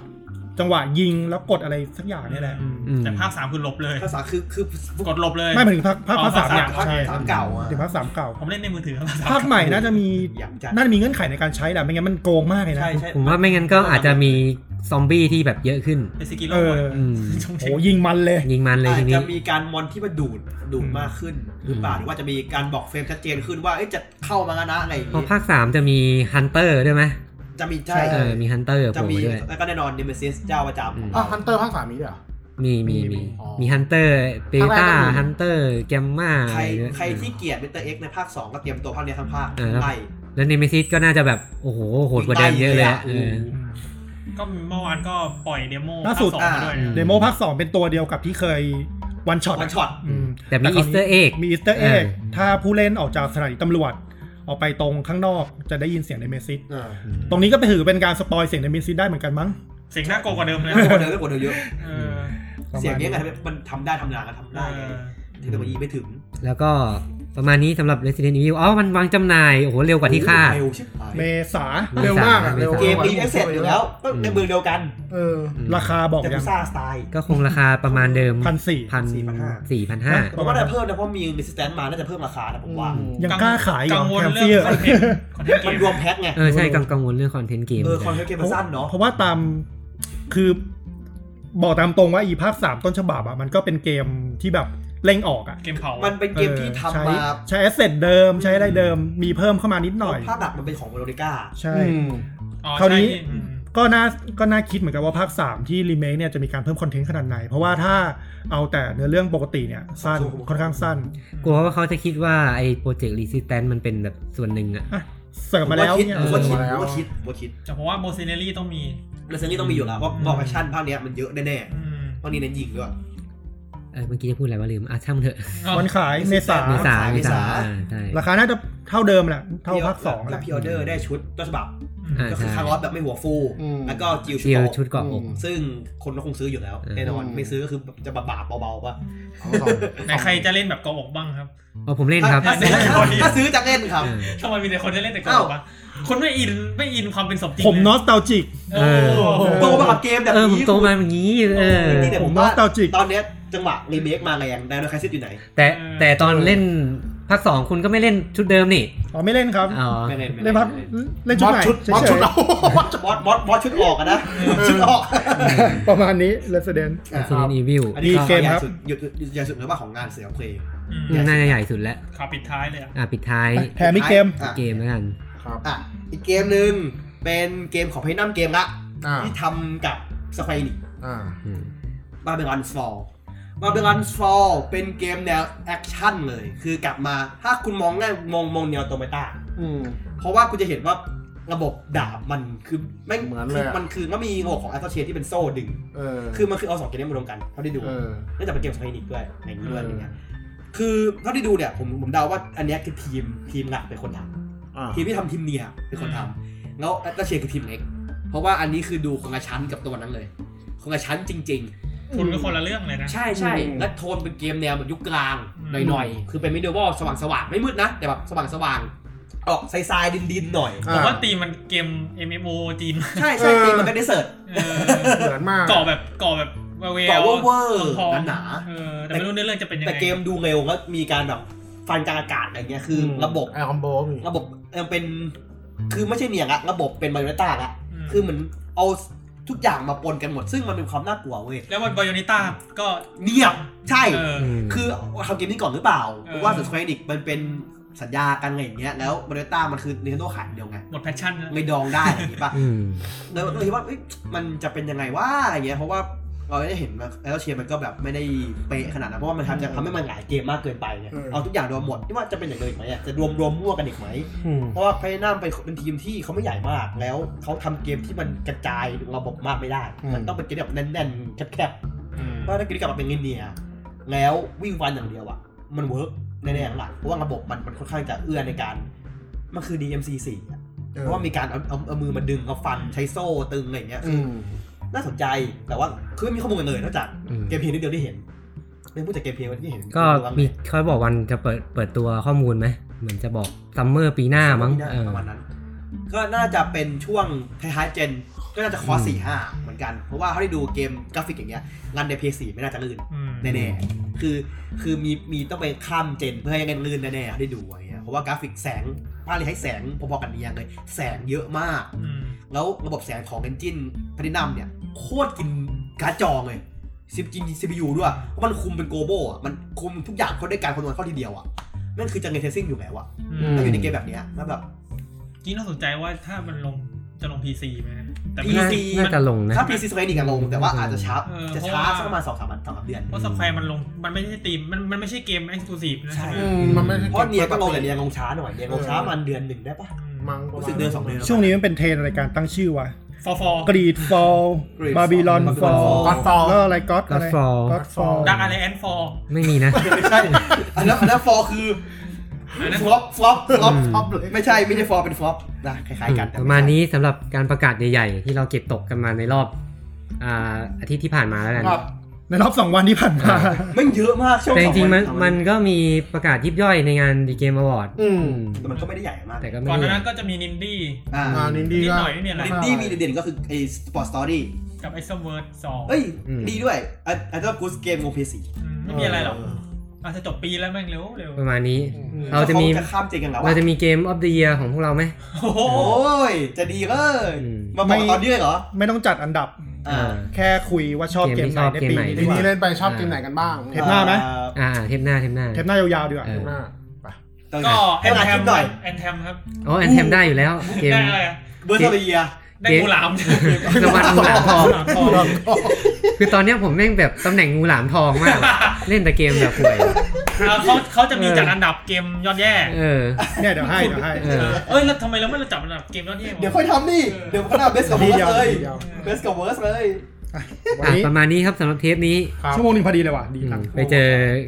จังหวะยิงแล้วกดอะไรสักอย่างเนี่ยแหละ
อืม
แต่ภาคสามคือหลบเลย
ภาษาคือคือ
กดหลบเลย
ไม่หมายถึงภาคภาค
อ๋อ
ภาคสามเนี่ย
ภาค
สาม
ใช่
ภาคสามเก่าอะ
ถึงภาคสามเก่า
ผมเล่นในมือถือภาคสาม
ภาคใหม่น่าจะมี
อยากจัด
น่าจะมีเงื่อนไขในการใช้แหละไม่งั้นมันโกงมากเลยนะ
ใช่ใช่
ผมว่าไม่งั้นก็อาจจะมีซอมบี้ที่แบบเยอะขึ้น
เป็นสกิล
เออ
อืม
ชง
โห
เช็ค
ยิงมันเลย
ยิงมันเลย
อา
ที
จ
นี้
จะมีการมอนที่มันดูดดูดมากขึ้นหรือเปล่าหรือว่าจะมีการบอกเฟรมชัดเจนขึ้นว่าเอ้ยจะเข้ามาแล้วนะอะไรอย่าง
เพราะ
งี้
ภาค 3 จะมีฮันเตอร์ด้วยไหม
จะมีใช่
เออมีฮันเตอร์โผ
จะ
ล่
มี
มาด้วย
แล้วก็แน่นอนเนมิซิสเจ้าประจำ
อืม
ของ
อ่ะ
เรา
ฮันเตอร์ภาคสามมีด้วยเหรอ
มีมี
มี
มี
อ๋อ
มีฮันเตอร์เบต้า
ภาคแรกก็มี
ฮันเตอร์แกมมา
ใครใครที่เกลียดเบเตอร์เอ็กในภาค 2 ก็เตรียมตัวภาคเนี้ยทั้งภาคไล่
แล้วเนเมซิสก็น่าจะแบบ โอ้โห โหดกว่าเดิมเยอะเลยอะ
ไล่
เอ
เลย
อ
อะ
ก็เมื่อวานก็ปล่อยเดโม
ล่าสุด
ภคองมาด้วย
อ่า
นะ
เดโมภาคสองเป็นตัวเดียวกับที่เคยวันช็อต
one shot
แต่มีอีสเตอร์เอ็ก
มีอีสเตอร์เอ็ก
เออ
ถ้าผู้เล่นออกจากสถานีตำรวจ ออกไปตรงข้างนอกจะได้ยินเสียงในเมซิส
เออ
ตรงนี้ก็ไปถือเป็นการสปอยเสียงในเมซิสได้เหมือนกันมั้ง
เสียงน่ากลัวกว่าเดิมเลย
น่ากลัวเดิมน่ากลัวเดิมเยอะ
เออ
ประมาณ
เสียงเนี้ยไงมันทำได้ทำนานก็ทำ
เอ
ได้ไง
อ
เทคโนโลยีไม่ถึง
แล้วก็ประมาณนี้สำหรับ Resident Evil อ๋อ มันวางจำหน่าย โอ้โห เร็วกว่าที่คาด
เร็วชิบหาย
เมษา
เร็วมากอะ
เร็
เร็
ว
ว
มาก
เกมมีแอคเซสอยู่แล้วก็ในเมืองเดียวกัน
เออ
ราคาบอก
แต่
ยั
กู
ง
ซ่าสไตล์
ก็คงราคาประมาณเดิม
พันสี่
พันสี่พันห้า
ผมว่าน่าจะเพิ่มนะเพราะมีมิสแตนมาน่าจะเพิ่มราคานะผมว่า
ยังกล้าขายอยู่
กังวล
แคม
เรื่องคอน
เฟีย
เทนต์คอนเทนต์เก
มัน
ม
รวมแพ็คไง
เออ ใช่กังกังวลเรื่องคอนเทนต์เกม
เออคอนเทนต์เกมมันสั้นเนาะ
เพราะว่าตามคือบอกตามตรงว่าอีภาคสามต้นฉบับอ่ะมันก็เป็นเกมที่แบบเร่งออกอ่ะ
เกมเผา
มันเป็นเกมที่ทำมา
ใช้ใช้แอสเซทเดิมใช้อะไรเดิมมีเพิ่มเข้ามานิดหน่อย
ภาพหลักมันเป็นของเวโรนิก้า
ใช่
อ๋อ
คราวนี้
ใช่อืม
ก็น่าก็น่าคิดเหมือนกันว่าภาค 3 ที่รีเมคเนี่ยจะมีการเพิ่มคอนเทนต์ขนาดไหน เพราะว่าถ้าเอาแต่เนื้อเรื่องปกติเนี่ย สั้น
ครับ
ค่อนข้างสั้น
กลัวว่าเขาจะคิดว่าไอ้โปรเจกต์รีส t แตนมันเป็นแบบส่วนหนึ่งอะ
อ่ะเสิร์ฟมาแล้วเนี่ย
ผมว่าคิด
เออ
ผมว่าคิดผมว่าคิด
แต่ผมว่าโมเซเนลี่ต้องมี
เรื่องนี้ต้องมีอยู่แล้วว่าบอกแอคชั่นภาคเนี้ยมันเยอะแน่
อืม
ๆตอนนี้เน้นยิงด้วย
เออเมื่อกี้จะพูดอะไรว่าลืมอ่ะช่างมันเถอะ
เอา
วันขายเมษา
เมษา
า
เมษา
เมษา
อ่าใช่
ราคาน่าจะ เท่าเดิมแหละเท่าภาคสองแห
แล้
ละ
วพิออเดอร์ได้ชุดต้นฉบับ
อ่า
ก็คือ
ใช่
คาร์ลอสแบบไม่หัวฟู
อืม
แล้วก็จิวชุด
เดียว
เกาะ
ชุดเกาะอก
ซึ่งคนก็คงซื้ออยู่แล้ว
อืม
แน่นอน
อืม
ไม่ซื้อก็คือจะบาบาๆเบาๆป่ะ
เอาสอง
ไหนใครจะเล่นแบบเกาะอกบ้างครับ
อ๋อผมเล่น
ถ้า
ครับ
ถ้าซื้อถ้าซื้อจะเล่นครับ
เออ
ทำไมมีแต่คนได้เล่นแต่เกาะอกวะคนไม่อินไม่อินความเป็นสมจริง
ผม
เลย
นอสตาจิก
เออ
ผมโตมากับเกมแบบ
เออผม
นี้
โตมาแบบนี้เออ
จริงๆแต่ผม
ผม
ว่า
nostalgic
ตอนเนี้ยจังหวะรีเมคมาแรงไดโนคาซิสอยู่ไหน
แต่แต่ตอนเล่นภาคสองคุณก็ไม่เล่นชุดเดิมนี่
อ๋อไม่เล่นครับ
อ๋อ
ไม่เล่นไม่
เล่นพับเล่น
บ
ชุ
อส
ดใหม่
ชุด
เฉ
บอสชุด
ย
เอา
บอสบอสบอสชุดออกอะนะชุดออก
ๆ ประมาณนี้ Resident
ซีรีส์อีวิว
อันนี้
มีเกมค
ใหญ่
รับ
สุดหยุดหยุดใหญ่สุดหรือว่าของงานเสือเพลง
อืม
น่าจะใหญ่สุดแล้ว
ข่าวปิดท้ายเลยอะ
อ่ะปิดท้าย
แถมอีกเกม
อ่ะ
เกมแล้วกัน
ครับ
อ่ะอีกเกมหนึ่งเป็นเกมของเพย์นัมเกมละ
อ่า
ที่ทำกับสควอนิก
อ่า
อืม
บาเบลอนฟอลบาเบลอนฟอลเป็นเกมแนวแอคชั่นเลย คือกลับมาถ้าคุณมองง่ายมองมองแนวโตเมตา
อืม
เพราะว่าคุณจะเห็นว่าระบบดาบมันคือแม่ง
เหมือนเลยอะ
คืมันคือมันมีระบบของแอสโซเชตที่เป็นโซ่ดึง
เออ
คือมันคือเอาสองเกมนี้มารวมกันเท่าที่ดู
เออ
เนื่องจากเป็นเกมสองเทคนิคด้วยอะไรอย่างนี้ด้วย
เออ
อ
อ
ย่างเงี้ยคือเท่าที่ดูเนี่ยผมผมเดาว่าอันเนี้ยคือทีมทีมหลักเป็นคนท
อ่า
ำทีมที่ทำทีมเนียเป็นคนทำแล้วแอสโซเชตคือทีมเล็ก เพราะว่าอันนี้คือดูคนละชั้นกับตัวนั้นเลยคนละชั้นจริง
คุณก็คนละเรื่องเลยนะ
ๆ ใช่ใช่และโทนเป็นเกมแนวแบบยุคกลาง
อืม
หน่อยๆคือเป็นมิดเดิลวอลสว่างสว่างๆไม่มืดนะ แต่แบบสว่างสว่างๆออกทรายๆดินๆหน่อย
ผมว่า
อ่า
ตีมมันเกม MMO จีน
ใช่ใช่ตีมมันเป็นเดสเซิร์ต
เออ
เหมือนมาก
เกาะแบบเกาะแบบเวล
เกาะเวอร์
พอ
ๆหนาๆ
เออแต่ไม่รู้เนื้อเรื่องจะเป็นยังไง
แต่เกมดูเร็วแล้วมีการแบบฟันกลางอากาศอะไรเงี้ยคืออระบบ
ไอคอมโบมี
ระบบเอ่อเป็นคือไม่ใช่เนียงอะระบบเป็นบ a ย o n นต้าละ
ม
คือเหมือนเอาทุกอย่างมาปนกันหมด ซึ่งมันเป็นความน่ากลัวเว้ย
แล้ววันบอยนิต้าก็
เนียบใช่
เออ
คือเอาทำเกมนี้ก่อนหรือเปล่า
เออ
เพราะว่าสุดท้ายนิกมันเป็นสัญญากันอะไรอย่างเงี้ยแล้วบ a ย o n นต้ามันคือเนโนขายเดียวไง
หมดแพชชั่นนะ
ไม่ดองได้อะไรอย่างงี้ป่ะ
อืม
เลยเลยคิดว่าเอ้ยมันจะเป็นยังไงว่าอะไรเงี้ยเพราะว่าเราได้เห็นมาแอลเชียมันก็แบบไม่ได้เป๊ะขนาดนั้นเพราะว่ามันทำจะทำให้มันหลายเกมมากเกินไปเนี่ยเอาทุกอย่างรวมหมดที่ว่าจะเป็นอย่างเดิมอีกไหมอะจะรวมรวมมั่วกันอีกไหมเพราะว่าไพนัมไปเป็นทีมที่เขาไม่ใหญ่มากแล้วเขาทำเกมที่มันกระจายระบบมากไม่ได้ มันต้องเป็นเกมแบบแน่นๆแคบๆเพราะถ้าเกมนี้กลับมาเป็นเงินเนียแล้ววิ่งวันอย่างเดียวอ่ะมันเวิร์กแน่ๆหลักเพราะว่าระบบมันมันค่อนข้างจะเอื้อในการมันคือ DMC 4อะ เพราะว่ามีการเอาเอาเอามือมาดึงเอาฟันใช้โซ่ตึงอะไรอย่างเงี้ย
อืม
น่าสนใจแต่ว่าคือไม่มีข้อมูลกันเลยนอกจาก
อืม
เกมเพลย์นิดเดียวที่เห็นไม่พูดจากเกมเพลย์วันที่เห็น
ก็มี
มี
เขาบอกวันจะเปิดเปิดตัวข้อมูลไหมเหมือนจะบอกซัมเมอร์ปีหน้ามั้งเออ
ประมาณนั้น ก็น่าจะเป็นช่วงท้ายๆเจน ก็น่าจะคอสี่ห้าเหมือนกัน เพราะว่าเขาได้ดูเกมกราฟิกอย่างเงี้ยรันในเพย์สี่ไม่น่าจะลื่น
อืม
แน่ๆคือคือมีมีต้องไปข้ามเจนเพื่อให้เล่นลื่นแน่ๆเขาได้ดูอะไรเงี้ยเพราะว่ากราฟิกแสงป้าเลยให้แสงพอๆกันเนียงเลย แสงเยอะมาก
อืม
แล้วระบบแสงของเอนจินพารินัมเนี่ย โคตรกินการ์ดจอเลยซิปกินซีพียูด้วยเพราะมันคุมเป็นโกโบอ่ะ มันคุมทุกอย่างเขาได้วยการคำนวณเข้าทีเดียวอ่ะนั่นคือจังเกเทซิ่งอยู่แล้วอ่ะ
อืม
ถ้าอยู่ในเกมแบบเนี้ยแล้วแบบ
นี่น่าสนใจว่าถ้ามันลงจะลง PC ไหมนะแต่
น่
น่า
PC
น่าจะลงนะ
ถ้าพีซีสเปนอีกอะลง แต่ว่าอาจจะช้า
เออ
จะ
เพ
ช้า
ราะว่า
สักประมาณสองสามวันสองสามเดือน
เพราะสแควร์มันลงมันไม่ใช่ตีมมันมันไม่ใช่เกม Exclusive นะ
ใช่
ไหม
อืมมันไม่ใช่
เพราะเนียก็ลงแต่เนียลงช้าหน่อยเนียลงช้าประมันเดือนหนึ่งได้ปะ
อืม
มั้ง
รู้สึกเดือนสองเดือน
ช่วงนี้มันเป็นเทรนด์ในการตั้งชื่อว่ะ
ฟอร์ฟอร์
กรีดฟอลบาบิลอนฟอล
ก็ฟอล
แล้วอะไรก็อดอะไร
Godfall
ก็อดฟอล
ดักอะไรแอนฟอร์
ไม่มีนะ
ไม่ใช่อันนั้นอันนั้นฟอร์คือ
อันนั้น
ฟลอปฟลอปฟลอป
อืม
ฟลอปเลยไม่ใช่ไม่ใช่ฟอร์เป็นฟลอปนะคล้ายๆกัน
ป
แต่ไใช่
ระมาณนี้สำหรับการประกาศใหญ่ ๆ ที่เราเก็บตกกันมาในรอบอ่าอาทิตย์ที่ผ่านมาแล้วกัน
ครับ
ในรอบสองวันที่ผ่านมา
มันเยอะมากช่วง
แต่จริงๆมัน
สอวั
มันก็มีประกาศยิบย่อยในงานดีเกมอวอร์ด
อืม
แต่มันก็ไม่ได้ใหญ่มาก
แต่ก็ไม่
ก่อนห
ได้
น้านั้นก็จะมีนินดี้
อ่า
อ่านิน
นิ
ดี้
ด
ก็
หน่อยไม่มีอะไร
ดินดี้มีเด่นๆก็คือไอ้สปอร์ตสตอรี่
กับไอซ์เวิร์ดสอง
เอ้ย ดีด้วยอันอันนั้นกูสเกมโมเพสี
อืมไม่มีอะไรหรอกอาจจะจบปีแล้วแม่งเร็วเร็ว
ประมาณนี้
อืม
เราจะมี
จะข้ามเจนกันแล้ว
เรา
อะ
จะมีเกมออฟเดียของพวกเราไหม
โอ้โห
โอ้ย จะดีเลย
อืม
มาบ
ไม่
อกตอนนี้เลยเหรอ
ไม่ต้องจัดอันดับ
อ่า
แค่คุยว่าชอบเกมไหนในปีนี้
เกมที่ชอบเกมไห
ดี
ปี
ก
นี้
ว่า
เล่นไปชอบเกมไหนกันบ้าง
เทปหน้าไหม
อ่าเทปหน้าเทปหน้า
เทปหน้ายาวๆดีกว่า
เออ
หน้าไป
ต้อง
ก็
ให้เวลาคิดหน่อย
แอนแทมครับ
อ๋อแอนเทมได้อยู่แล้วเกม
ได้อะไรอะ
เบอร์เซเรีย
ได้
เกม
กูหลาม
รางวัลงูหลามทอง
หลามทอง
คือตอนเนี้ยผมแม่งแบบตำแหน่งงูหลามทองมาก เล่นแต่เกมแบบห่วย
อ่าเขาเขาจะมี
เออ
จัดอันดับเกมยอดแย่
เออ
เนี่ยเดี๋ยวให้เดี๋ยวให้
เออ
เอ้ยแล้วทำไมเราไม่จับอันดับเกมยอดแย่วะ
เดี๋ยวค่อยทำนี่ เดี๋ยวก็น่าเบสกับเวิ
ที
ร์ส
เดียว
เลย
ทีเดียว
เบสกับเวิร์สเลย
อ่ะวั
อ่ะ
นนี้
ประมาณนี้ครับสำหรับเทปนี้
ครับ
ชั่วโมงหนึ่งพอดีเลยว่ะดี
อื
ครั
ม
บ
ไปเจอ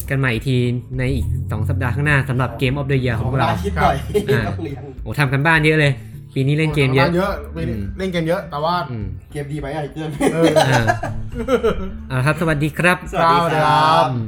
กันใหม่อีกทีในอีก 2 สัปดาห์ข้างหน้าสำหรับเกมออฟเดอะเยียร์
ข
ข
อ
อง งพวก
เรา
เรา
คิดหน่อย
อ่า
ต้องเลี้ยง
โอ้ทำกันบ้านเยอะเลย ปีนี้เล่นเกมเยอะ
เยอะเล่น
อืม
เล่นเกมเยอะ แต่ว่า
อืม
เกมดีไหมไอ้เกิน
เออ
อ่าเอาละครับสวัสดีครับ
สวัสดี
เจ้า
ค
เดีย
รับ
ว
อืม